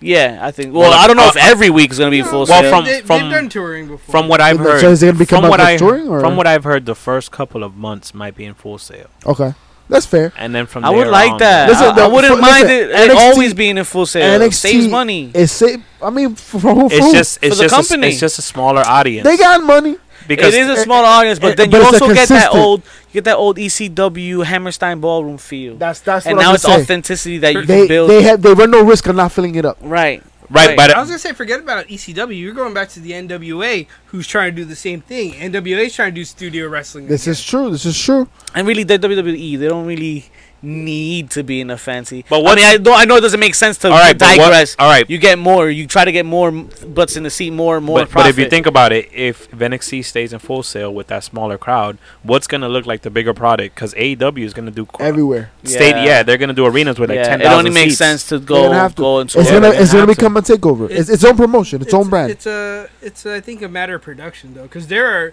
Speaker 1: Yeah, I think. Well,
Speaker 4: Well,
Speaker 1: I don't know if
Speaker 4: uh,
Speaker 1: every week is gonna be full
Speaker 4: well,
Speaker 1: sale.
Speaker 4: from-
Speaker 3: they,
Speaker 4: from-
Speaker 3: they've done touring before.
Speaker 4: From what I've
Speaker 2: So
Speaker 4: heard,
Speaker 2: is it gonna be
Speaker 4: from
Speaker 2: coming
Speaker 4: what
Speaker 2: back
Speaker 4: I
Speaker 2: touring, or-
Speaker 4: from what I've heard, the first couple of months might be in full sale,
Speaker 2: Okay, that's fair.
Speaker 4: and then from
Speaker 1: I would
Speaker 4: there
Speaker 1: like
Speaker 4: on-
Speaker 1: that.
Speaker 2: Listen,
Speaker 1: I- I,
Speaker 2: the-
Speaker 1: wouldn't
Speaker 2: fu-
Speaker 1: mind
Speaker 2: listen,
Speaker 1: it, it
Speaker 2: NXT
Speaker 1: always being in full sale.
Speaker 2: NXT
Speaker 1: Saves money.
Speaker 2: It's safe. I mean, for, for,
Speaker 4: It's just it's
Speaker 1: the
Speaker 4: just a s-
Speaker 1: company.
Speaker 4: it's just a smaller audience.
Speaker 2: they got money.
Speaker 4: because
Speaker 1: it is
Speaker 2: it-
Speaker 1: a small audience, but
Speaker 2: it-
Speaker 1: then
Speaker 2: eh, but
Speaker 1: you
Speaker 2: it's a
Speaker 1: also get that
Speaker 2: consistent-
Speaker 1: old you get that old ECW Hammerstein ballroom feel,
Speaker 2: That's that's
Speaker 1: and
Speaker 2: what
Speaker 1: now
Speaker 2: I'm
Speaker 1: it's
Speaker 2: saying.
Speaker 1: authenticity that you
Speaker 2: They
Speaker 1: can build.
Speaker 2: they have they run no risk of not filling it up.
Speaker 1: right.
Speaker 4: right,
Speaker 1: Right.
Speaker 4: but
Speaker 3: I was gonna say, forget about ECW. You're going back to the NWA, who's trying to do the same thing. NWA's trying to do studio wrestling.
Speaker 2: This
Speaker 3: again.
Speaker 2: is true. This is true.
Speaker 1: And really, the WWE they don't really need to be in a fancy.
Speaker 4: But
Speaker 1: But what I,
Speaker 4: what-
Speaker 1: mean, I, know, I know it doesn't make sense to
Speaker 4: all right, but what-
Speaker 1: digress.
Speaker 4: all right,
Speaker 1: You get more. You try to get more m- butts in the seat, more and more.
Speaker 4: but, but if you
Speaker 1: profit.
Speaker 4: think about it, if NXT stays in full sale with that smaller crowd, what's gonna look like the bigger product? Because AEW is gonna do qu-
Speaker 2: Everywhere,
Speaker 4: state.
Speaker 1: Yeah.
Speaker 4: Yeah. they're gonna do arenas with like ten
Speaker 1: it
Speaker 4: thousand.
Speaker 1: only makes sense to go
Speaker 2: gonna have to.
Speaker 1: go into
Speaker 2: it's
Speaker 1: a-
Speaker 2: gonna
Speaker 4: they're
Speaker 2: it's
Speaker 4: gonna
Speaker 2: gonna
Speaker 4: have
Speaker 2: become a takeover. It's,
Speaker 3: It's-
Speaker 2: its own promotion. Its, own brand.
Speaker 3: It's a, it's a, I think a matter of production though, because there are,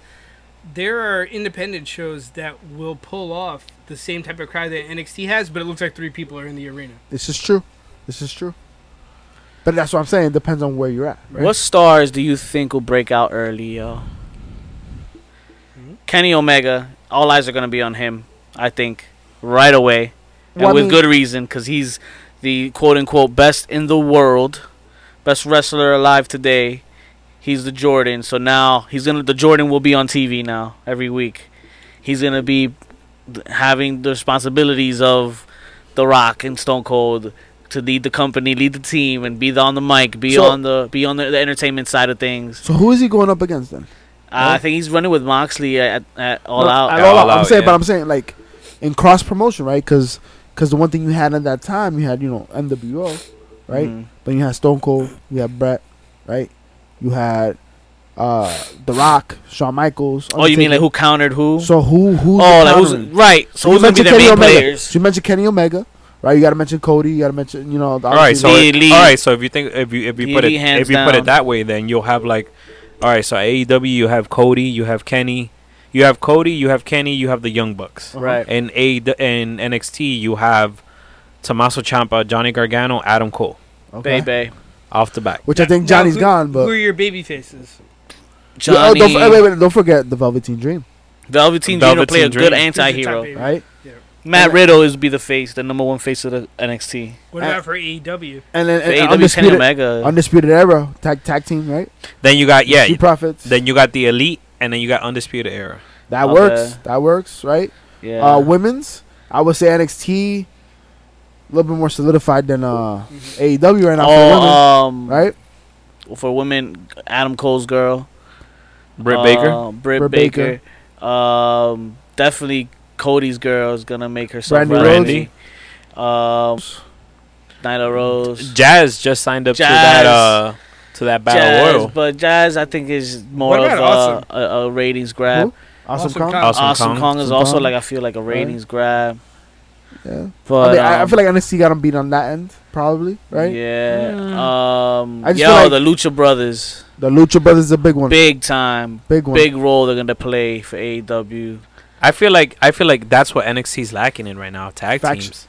Speaker 3: there are independent shows that will pull off the same type of crowd that NXT has, but it looks like three people are in the arena.
Speaker 2: this is true. This is true. But that's what I'm saying. It depends on where you're at. Right?
Speaker 1: What stars do you think will break out early, yo? Kenny Omega. All eyes are gonna be on him. I think right away, and
Speaker 2: Well, I
Speaker 1: with
Speaker 2: mean-
Speaker 1: good reason, because he's the quote unquote best in the world, best wrestler alive today. He's the Jordan, so now he's gonna. The Jordan will be on TV now every week. He's gonna be th- having the responsibilities of The Rock and Stone Cold to lead the company, lead the team, and be the, on the mic, be
Speaker 2: So-
Speaker 1: on the be on the, the entertainment side of things. Uh,
Speaker 2: So who is he going up against then?
Speaker 1: I think he's running with Moxley at, at All
Speaker 2: No,
Speaker 1: Out.
Speaker 2: at
Speaker 4: At All
Speaker 2: I'm
Speaker 4: Out,
Speaker 2: saying,
Speaker 4: yeah.
Speaker 2: but I'm saying like in cross promotion, right? Because the one thing you had at that time, you had you know NWO, right?
Speaker 1: Mhm.
Speaker 2: Then you had Stone Cold, you had Brett, right? You had uh The Rock, Shawn Michaels.
Speaker 1: Oh, you mean like
Speaker 2: Undertaker.
Speaker 1: who countered who?
Speaker 2: So who who?
Speaker 1: oh, like who's right? So, who's gonna be their main
Speaker 2: Omega.
Speaker 1: players?
Speaker 2: So you mentioned Kenny Omega, right? You got to mention Cody. You got to mention you know. the-
Speaker 4: all right,
Speaker 2: obviously-
Speaker 4: so
Speaker 1: The
Speaker 4: it-
Speaker 1: elite.
Speaker 4: all right, so if you think if you if you
Speaker 1: The
Speaker 4: put it
Speaker 1: elite hands
Speaker 4: if you put
Speaker 1: down.
Speaker 4: it that way, then you'll have like, all right, so AEW you have Cody, you have Kenny, you have Cody, you have Kenny, you have the Young
Speaker 2: Uh-huh.
Speaker 4: Bucks,
Speaker 1: Right.
Speaker 4: and A E and NXT you have Tommaso Ciampa, Johnny Gargano, Adam Cole
Speaker 1: Bay
Speaker 2: okay.
Speaker 1: Bay.
Speaker 4: off the back.
Speaker 2: Which I think
Speaker 3: Now,
Speaker 2: Johnny's
Speaker 3: who-
Speaker 2: gone, but
Speaker 3: who are your baby faces?
Speaker 2: Yeah, oh,
Speaker 1: Johnny.
Speaker 2: don't, f- wait, wait, don't forget the Velveteen Dream,
Speaker 1: Velveteen Dream will play a
Speaker 4: Velveteen
Speaker 1: good
Speaker 4: Dream.
Speaker 1: anti-hero.
Speaker 3: Who's your top
Speaker 2: right?
Speaker 1: Matt Riddle is be the face, the number one face of the NXT.
Speaker 3: baby? What
Speaker 2: Uh,
Speaker 3: about for E AEW?
Speaker 2: And then
Speaker 1: The
Speaker 2: and
Speaker 1: AEW Kenny
Speaker 2: undisputed,
Speaker 1: Omega.
Speaker 2: undisputed era tag tag team, right?
Speaker 4: Then you got yeah,
Speaker 2: Street profits.
Speaker 4: then you got the elite, and then you got Undisputed Era.
Speaker 2: that
Speaker 1: Okay.
Speaker 2: works. That works, right?
Speaker 1: Yeah.
Speaker 2: Uh, women's, I would say NXT, a little bit more solidified than uh, AEW right now. for women,
Speaker 1: oh, um,
Speaker 2: right?
Speaker 1: for women, Adam Cole's girl.
Speaker 4: Britt
Speaker 1: uh,
Speaker 4: Baker,
Speaker 1: Britt,
Speaker 2: Britt
Speaker 1: Baker. Um, definitely Cody's girl is gonna make herself
Speaker 2: Brandy
Speaker 1: relevant. Um, Nyla Rose.
Speaker 4: Jazz just signed up to
Speaker 1: Jazz.
Speaker 4: that uh to that battle
Speaker 1: Jazz,
Speaker 4: royal.
Speaker 1: but Jazz, I think, is more
Speaker 3: What
Speaker 1: of
Speaker 3: about
Speaker 1: a,
Speaker 3: Awesome?
Speaker 1: a, a ratings grab.
Speaker 2: Who? Awesome,
Speaker 3: Awesome
Speaker 2: Kong.
Speaker 3: Kong.
Speaker 4: Awesome
Speaker 1: Uh, Awesome,
Speaker 4: Kong.
Speaker 1: Kong, is
Speaker 2: Awesome
Speaker 1: also
Speaker 2: Kong.
Speaker 1: like I feel like a ratings grab.
Speaker 2: Yeah.
Speaker 1: But
Speaker 2: I, mean, I, I
Speaker 1: um,
Speaker 2: feel like NXT got them beat on that end, probably, right?
Speaker 1: Yeah.
Speaker 4: Mm.
Speaker 1: Um.
Speaker 2: I just
Speaker 1: yo,
Speaker 2: feel like-
Speaker 1: the Lucha Brothers,
Speaker 2: The Lucha Brothers is a big one. Big,
Speaker 1: big time,
Speaker 2: one.
Speaker 1: big role they're gonna play for E AEW.
Speaker 4: I feel like I feel like that's what NXT's lacking in right now. Tag
Speaker 2: Faction.
Speaker 4: teams,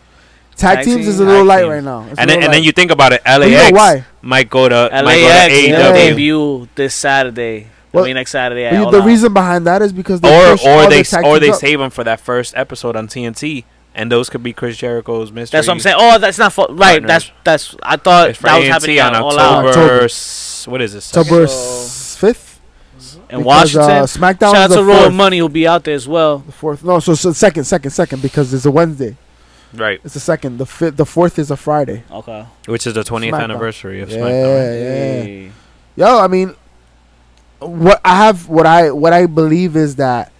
Speaker 2: Tag
Speaker 1: tag
Speaker 2: teams is a
Speaker 1: team,
Speaker 2: little
Speaker 4: tag
Speaker 2: light
Speaker 4: team.
Speaker 2: right now. It's a
Speaker 4: and then, and
Speaker 2: little
Speaker 4: then
Speaker 2: light.
Speaker 4: you think about it, LAX
Speaker 2: But you know why?
Speaker 4: might go to E might go
Speaker 1: LAX
Speaker 4: to
Speaker 1: their
Speaker 4: AEW.
Speaker 1: debut this Saturday.
Speaker 2: Well,
Speaker 1: I mean next Saturday.
Speaker 2: But
Speaker 1: At
Speaker 2: you-
Speaker 1: All
Speaker 2: the
Speaker 1: Out.
Speaker 2: reason behind that is because they
Speaker 4: or
Speaker 2: push
Speaker 4: or
Speaker 2: all
Speaker 4: they
Speaker 2: their
Speaker 4: s-
Speaker 2: tag
Speaker 4: or
Speaker 2: teams
Speaker 4: they
Speaker 2: up.
Speaker 4: save them for that first episode on TNT, and those could be Chris Jericho's mystery.
Speaker 1: that's what I'm saying. Oh, that's not for, right.
Speaker 4: Partners.
Speaker 1: That's that's. I thought
Speaker 4: It's for
Speaker 1: that was
Speaker 4: TNT
Speaker 1: happening
Speaker 4: on
Speaker 1: at All Out
Speaker 4: October.
Speaker 2: October.
Speaker 4: s- What is this?
Speaker 2: October
Speaker 1: So-
Speaker 2: fifth.
Speaker 1: in
Speaker 2: because,
Speaker 1: Washington.
Speaker 2: uh, SmackDown
Speaker 1: Shout
Speaker 2: is
Speaker 1: out
Speaker 2: the
Speaker 1: to Royal
Speaker 2: fourth.
Speaker 1: Money who'll be out there as well.
Speaker 2: The fourth. No, so, so second, second, second, because it's a Wednesday.
Speaker 4: Right,
Speaker 2: It's the second. The fifth. The fourth is a Friday.
Speaker 1: Okay.
Speaker 4: which is the 20th
Speaker 2: SmackDown.
Speaker 4: anniversary of
Speaker 2: Yeah,
Speaker 4: SmackDown.
Speaker 2: yeah.
Speaker 1: Hey.
Speaker 2: Yo, I mean, what I have, what I, what I believe is that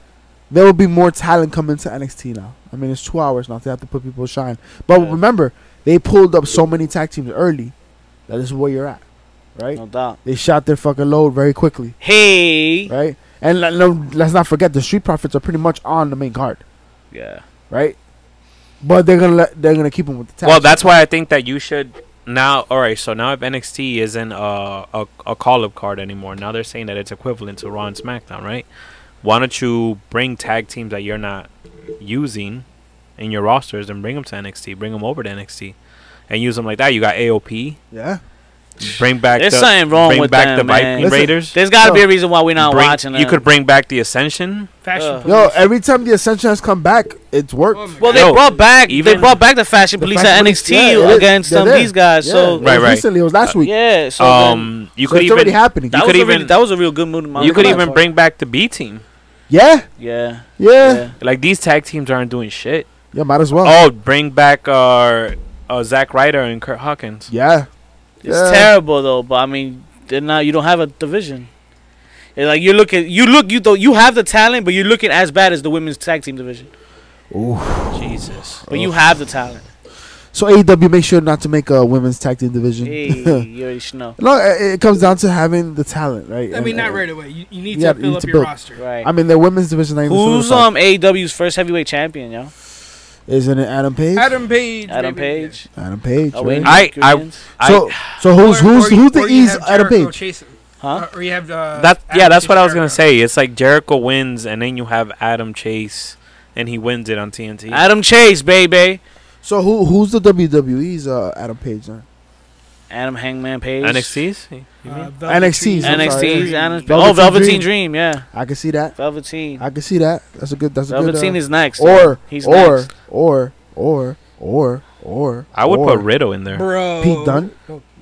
Speaker 2: there will be more talent coming to NXT now. I mean, it's two hours now. They have to put people to shine. But
Speaker 1: Yeah.
Speaker 2: remember, they pulled up so many tag teams early. That is where you're at, right?
Speaker 1: No doubt.
Speaker 2: They shot their fucking load very quickly,
Speaker 1: Hey.
Speaker 2: right? And let, no, let's not forget the Street Profits are pretty much on the main card,
Speaker 1: Yeah.
Speaker 2: right? But they're gonna let, they're gonna keep them with the tag.
Speaker 4: Well, that's why I think that you should now. All right, so now if NXT isn't uh, a a call up card anymore, now they're saying that it's equivalent to Raw and SmackDown, right? Why don't you bring tag teams that you're not using in your rosters and bring them to NXT, bring them over to NXT, and use them like that? You got AOP,
Speaker 2: yeah.
Speaker 4: bring back
Speaker 1: There's
Speaker 4: the
Speaker 1: something wrong
Speaker 4: bring
Speaker 1: with
Speaker 4: back
Speaker 1: them,
Speaker 4: the
Speaker 1: man.
Speaker 4: Viking
Speaker 2: Listen,
Speaker 4: Raiders.
Speaker 1: There's got to be
Speaker 2: Yo.
Speaker 1: a reason why we're not
Speaker 4: Bring-
Speaker 1: watching them.
Speaker 4: You could bring back the Ascension.
Speaker 3: Fashion
Speaker 1: Uh,
Speaker 3: police.
Speaker 2: Yo, every time the Ascension has come back, it's worked.
Speaker 3: Oh my
Speaker 1: Well, they
Speaker 4: Yo,
Speaker 1: brought back they
Speaker 4: even-
Speaker 1: brought back the fashion
Speaker 2: The
Speaker 1: police
Speaker 2: Fashion
Speaker 1: at
Speaker 2: Police,
Speaker 1: NXT
Speaker 2: yeah, it-
Speaker 1: against
Speaker 2: they're
Speaker 1: some of
Speaker 2: there.
Speaker 1: these guys.
Speaker 2: Yeah,
Speaker 1: so
Speaker 2: it
Speaker 4: Right,
Speaker 2: was
Speaker 4: right.
Speaker 2: Recently, it was last week.
Speaker 1: yeah, so then,
Speaker 4: Um, you
Speaker 2: So
Speaker 4: could
Speaker 2: it's
Speaker 4: even
Speaker 2: already happening.
Speaker 1: that
Speaker 4: you
Speaker 1: was
Speaker 4: could
Speaker 1: a really,
Speaker 4: even-
Speaker 1: that was a real good move. in my
Speaker 4: you could
Speaker 1: opinion.
Speaker 4: even bring back the B team.
Speaker 2: yeah,
Speaker 1: yeah,
Speaker 2: yeah, yeah.
Speaker 1: yeah.
Speaker 4: Like these tag teams aren't doing shit.
Speaker 2: might as well.
Speaker 4: Oh, bring back uh, uh Zack Ryder and Kurt Hawkins.
Speaker 2: Yeah,
Speaker 1: It's
Speaker 2: Yeah.
Speaker 1: terrible though, but I mean, they're not. You don't have a division. It's like you're looking, you look, you though you have the talent, but you're looking as bad as the women's tag team division.
Speaker 4: Jesus.
Speaker 1: But
Speaker 2: Oh.
Speaker 1: you have the talent.
Speaker 2: So AEW, make sure not to make a women's tag team division.
Speaker 1: Hey, you already should know,
Speaker 2: no, i- it comes down to having the talent, right?
Speaker 3: I
Speaker 2: And-
Speaker 3: mean, not
Speaker 2: and-
Speaker 3: right away. You, you need
Speaker 2: Yeah,
Speaker 3: to
Speaker 2: you
Speaker 3: fill
Speaker 2: need
Speaker 3: up
Speaker 2: to
Speaker 3: your
Speaker 2: build.
Speaker 3: roster.
Speaker 1: right?
Speaker 2: I mean, their women's division ain't even
Speaker 1: Who's
Speaker 2: solidified.
Speaker 1: um AEW's first heavyweight champion, yo?
Speaker 4: um,
Speaker 2: Isn't it Adam Page? Adam,
Speaker 3: Adam Page.
Speaker 1: Adam
Speaker 3: maybe.
Speaker 1: Page.
Speaker 2: Page.
Speaker 1: Oh,
Speaker 2: right?
Speaker 1: wait,
Speaker 4: I- I-
Speaker 1: Koreans?
Speaker 2: so, so who's
Speaker 3: Or-
Speaker 2: who's
Speaker 3: or you-
Speaker 2: who's the
Speaker 3: or you
Speaker 2: ease
Speaker 3: have
Speaker 2: Adam
Speaker 3: Jericho
Speaker 2: Page?
Speaker 3: chase him.
Speaker 1: huh?
Speaker 3: Uh, or you have uh,
Speaker 4: that yeah,
Speaker 3: Adam
Speaker 4: that's what
Speaker 3: chase
Speaker 4: I was gonna
Speaker 3: Jericho.
Speaker 4: say. It's like Jericho wins, and then you have Adam Chase, and he wins it on TNT.
Speaker 1: Adam Chase, baby.
Speaker 2: So who who's the WWE's uh, Adam Page? Then?
Speaker 1: Adam Hangman Page.
Speaker 4: NXT's.
Speaker 3: Uh,
Speaker 2: NXT's, I'm
Speaker 1: NXT's Adam.
Speaker 2: Velveteen
Speaker 1: oh, Velveteen
Speaker 2: Dream.
Speaker 1: Dream. yeah.
Speaker 2: I can see that.
Speaker 1: Velveteen.
Speaker 2: I can see that. That's a good. That's a
Speaker 1: Velveteen
Speaker 2: good.
Speaker 1: is next.
Speaker 2: Uh, or
Speaker 1: he's
Speaker 2: or,
Speaker 1: next.
Speaker 2: or or or or
Speaker 4: I would
Speaker 2: or
Speaker 4: put Riddle in there.
Speaker 3: Bro.
Speaker 2: Pete Dunne?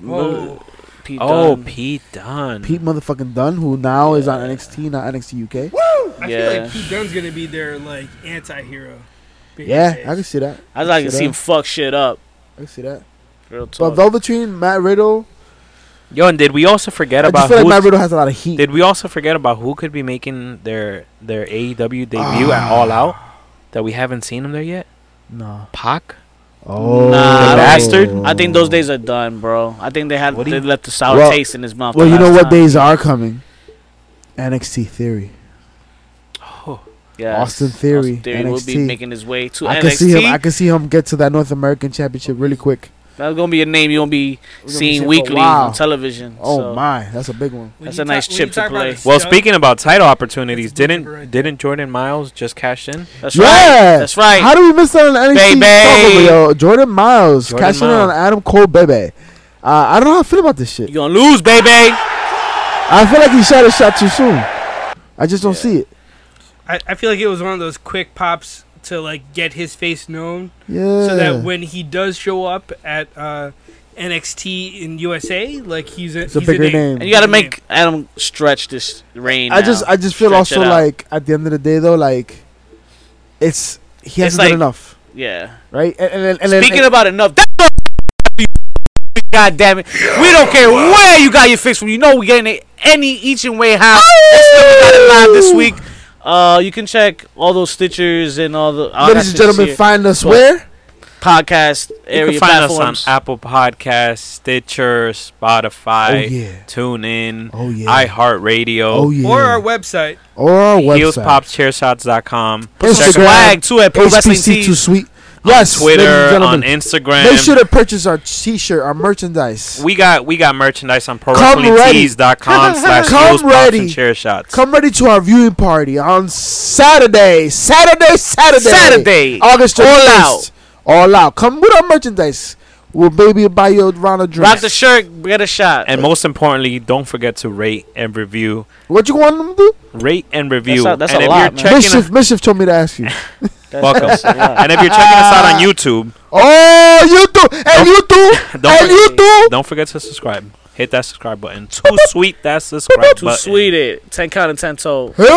Speaker 3: Whoa.
Speaker 1: Pete
Speaker 4: Oh,
Speaker 1: Dunne.
Speaker 4: Pete Dunne.
Speaker 2: Pete motherfucking Dunn, who now is on NXT, not NXT UK.
Speaker 3: I feel
Speaker 1: Yeah.
Speaker 3: like Pete Dunne's gonna be their like anti-hero. baby
Speaker 2: Yeah,
Speaker 3: face.
Speaker 2: I can see that.
Speaker 1: I'd like to
Speaker 2: Shit
Speaker 1: see
Speaker 2: up.
Speaker 1: him fuck shit up.
Speaker 2: I can see that.
Speaker 1: Real
Speaker 2: But
Speaker 1: talk.
Speaker 2: Velveteen, Matt Riddle,
Speaker 4: Yo, and did we also forget
Speaker 2: I just
Speaker 4: about
Speaker 2: feel like
Speaker 4: who?
Speaker 2: Matt Riddle has a lot of heat.
Speaker 4: did we also forget about who could be making their their AEW debut at All Out? That we haven't seen him there yet.
Speaker 2: Ah. no.
Speaker 4: Pac.
Speaker 2: Oh,
Speaker 1: Nah,
Speaker 4: The bastard?
Speaker 1: I think those days are done, bro. I think they had
Speaker 4: What do
Speaker 1: they
Speaker 4: you-
Speaker 1: left the sour
Speaker 2: Well-
Speaker 1: taste in his mouth.
Speaker 2: Well,
Speaker 1: the
Speaker 2: you know
Speaker 1: last
Speaker 2: what
Speaker 1: time.
Speaker 2: days are coming? NXT Theory.
Speaker 1: Yes.
Speaker 2: Austin Theory,
Speaker 1: Theory will be
Speaker 2: NXT.
Speaker 1: making his way to
Speaker 2: I
Speaker 1: NXT.
Speaker 2: can see him. I can see him get to that North American Championship really quick.
Speaker 1: That's gonna be a name you'll be
Speaker 2: We're gonna be
Speaker 1: seeing
Speaker 2: for a
Speaker 1: weekly
Speaker 2: while.
Speaker 1: on television.
Speaker 2: Oh
Speaker 1: so.
Speaker 2: my, that's a big one.
Speaker 3: When
Speaker 1: That's
Speaker 3: you
Speaker 1: a nice
Speaker 3: when
Speaker 1: chip to
Speaker 3: you talk about
Speaker 1: play.
Speaker 3: the
Speaker 4: Well,
Speaker 3: stuff-
Speaker 4: speaking about title opportunities,
Speaker 3: That's a good
Speaker 4: didn't
Speaker 3: one right there.
Speaker 4: didn't Jordan Miles just cash in?
Speaker 1: That's
Speaker 2: Yeah.
Speaker 1: right. That's right.
Speaker 2: How do we miss that on NXT?
Speaker 1: Baby.
Speaker 2: Takeover, yo? Jordan Miles
Speaker 4: Jordan
Speaker 2: cashing in
Speaker 4: Miles.
Speaker 2: on Adam Cole, baby. Uh, I don't know how I feel about this
Speaker 1: you
Speaker 2: shit.
Speaker 1: gonna lose, baby.
Speaker 2: I feel like he shot a shot too soon. I just don't see it.
Speaker 3: I, I feel like it was one of those quick pops to like get his face known,
Speaker 2: Yeah.
Speaker 3: so that when he does show up at uh, NXT in USA, like he's a,
Speaker 2: it's a
Speaker 3: he's a
Speaker 2: bigger name.
Speaker 1: And you gotta
Speaker 3: Yeah.
Speaker 1: make Adam stretch this reign.
Speaker 2: I just
Speaker 1: now.
Speaker 2: I just feel
Speaker 1: Stretch
Speaker 2: also
Speaker 1: it out.
Speaker 2: like at the end of the day though, like it's he hasn't
Speaker 1: like-
Speaker 2: done enough.
Speaker 1: yeah.
Speaker 2: Right? And, and, then- and then-
Speaker 1: Speaking about enough, that motherfucker- God damn it! We don't care where you got your fix from. You know we getting it any each and way how. That's where we got it live this week. Uh, you can check all those stitchers and all the all that
Speaker 2: ladies and
Speaker 1: shit's
Speaker 2: gentlemen,
Speaker 1: here.
Speaker 2: find us
Speaker 1: But-
Speaker 2: where?
Speaker 1: podcast
Speaker 4: You
Speaker 1: area
Speaker 4: can find
Speaker 1: platforms.
Speaker 4: us on Apple Podcasts, Stitcher,
Speaker 2: Oh
Speaker 4: Spotify,
Speaker 2: yeah.
Speaker 4: TuneIn,
Speaker 2: Oh yeah. oh
Speaker 4: iHeartRadio,
Speaker 2: yeah.
Speaker 3: Or our website.
Speaker 2: or our website.
Speaker 4: HeelsPopsChairShots.com,
Speaker 1: Put some
Speaker 2: Instagram,
Speaker 1: swag too at Pro Wrestling
Speaker 2: HPC
Speaker 1: Tees.
Speaker 2: too sweet.
Speaker 4: on
Speaker 2: Yes, ladies and
Speaker 4: Twitter, on
Speaker 2: gentlemen.
Speaker 4: Instagram.
Speaker 2: Make sure to purchase our t-shirt, our merchandise.
Speaker 4: we got we got merchandise on
Speaker 2: Come ready.
Speaker 4: ProWrestlingTees.com slash
Speaker 2: Come
Speaker 4: Heels, Pops,
Speaker 2: ready.
Speaker 4: and Chair Shots.
Speaker 2: Come ready to our viewing party on Saturday, Saturday, Saturday,
Speaker 1: Saturday.
Speaker 2: August
Speaker 1: All
Speaker 2: 31st.
Speaker 1: out.
Speaker 2: all out. Come with our merchandise. We'll baby buy you a round of drinks.
Speaker 1: Rock the shirt, get a shot.
Speaker 4: and most importantly, don't forget to rate and review.
Speaker 2: What you want them to do?
Speaker 4: Rate and review.
Speaker 1: That's a- that's
Speaker 4: and
Speaker 1: a
Speaker 4: if
Speaker 1: lot,
Speaker 4: you're
Speaker 1: man.
Speaker 4: checking
Speaker 2: Mischief, Mischief told me to ask you.
Speaker 4: welcome. and if you're checking us out on YouTube,
Speaker 2: oh, you do, and you do,
Speaker 4: Don't
Speaker 2: and you
Speaker 4: forget-
Speaker 2: do.
Speaker 4: Don't forget to subscribe. Hit that subscribe button. Too sweet that subscribe
Speaker 1: too
Speaker 4: button.
Speaker 1: sweet it. Ten count and ten toe.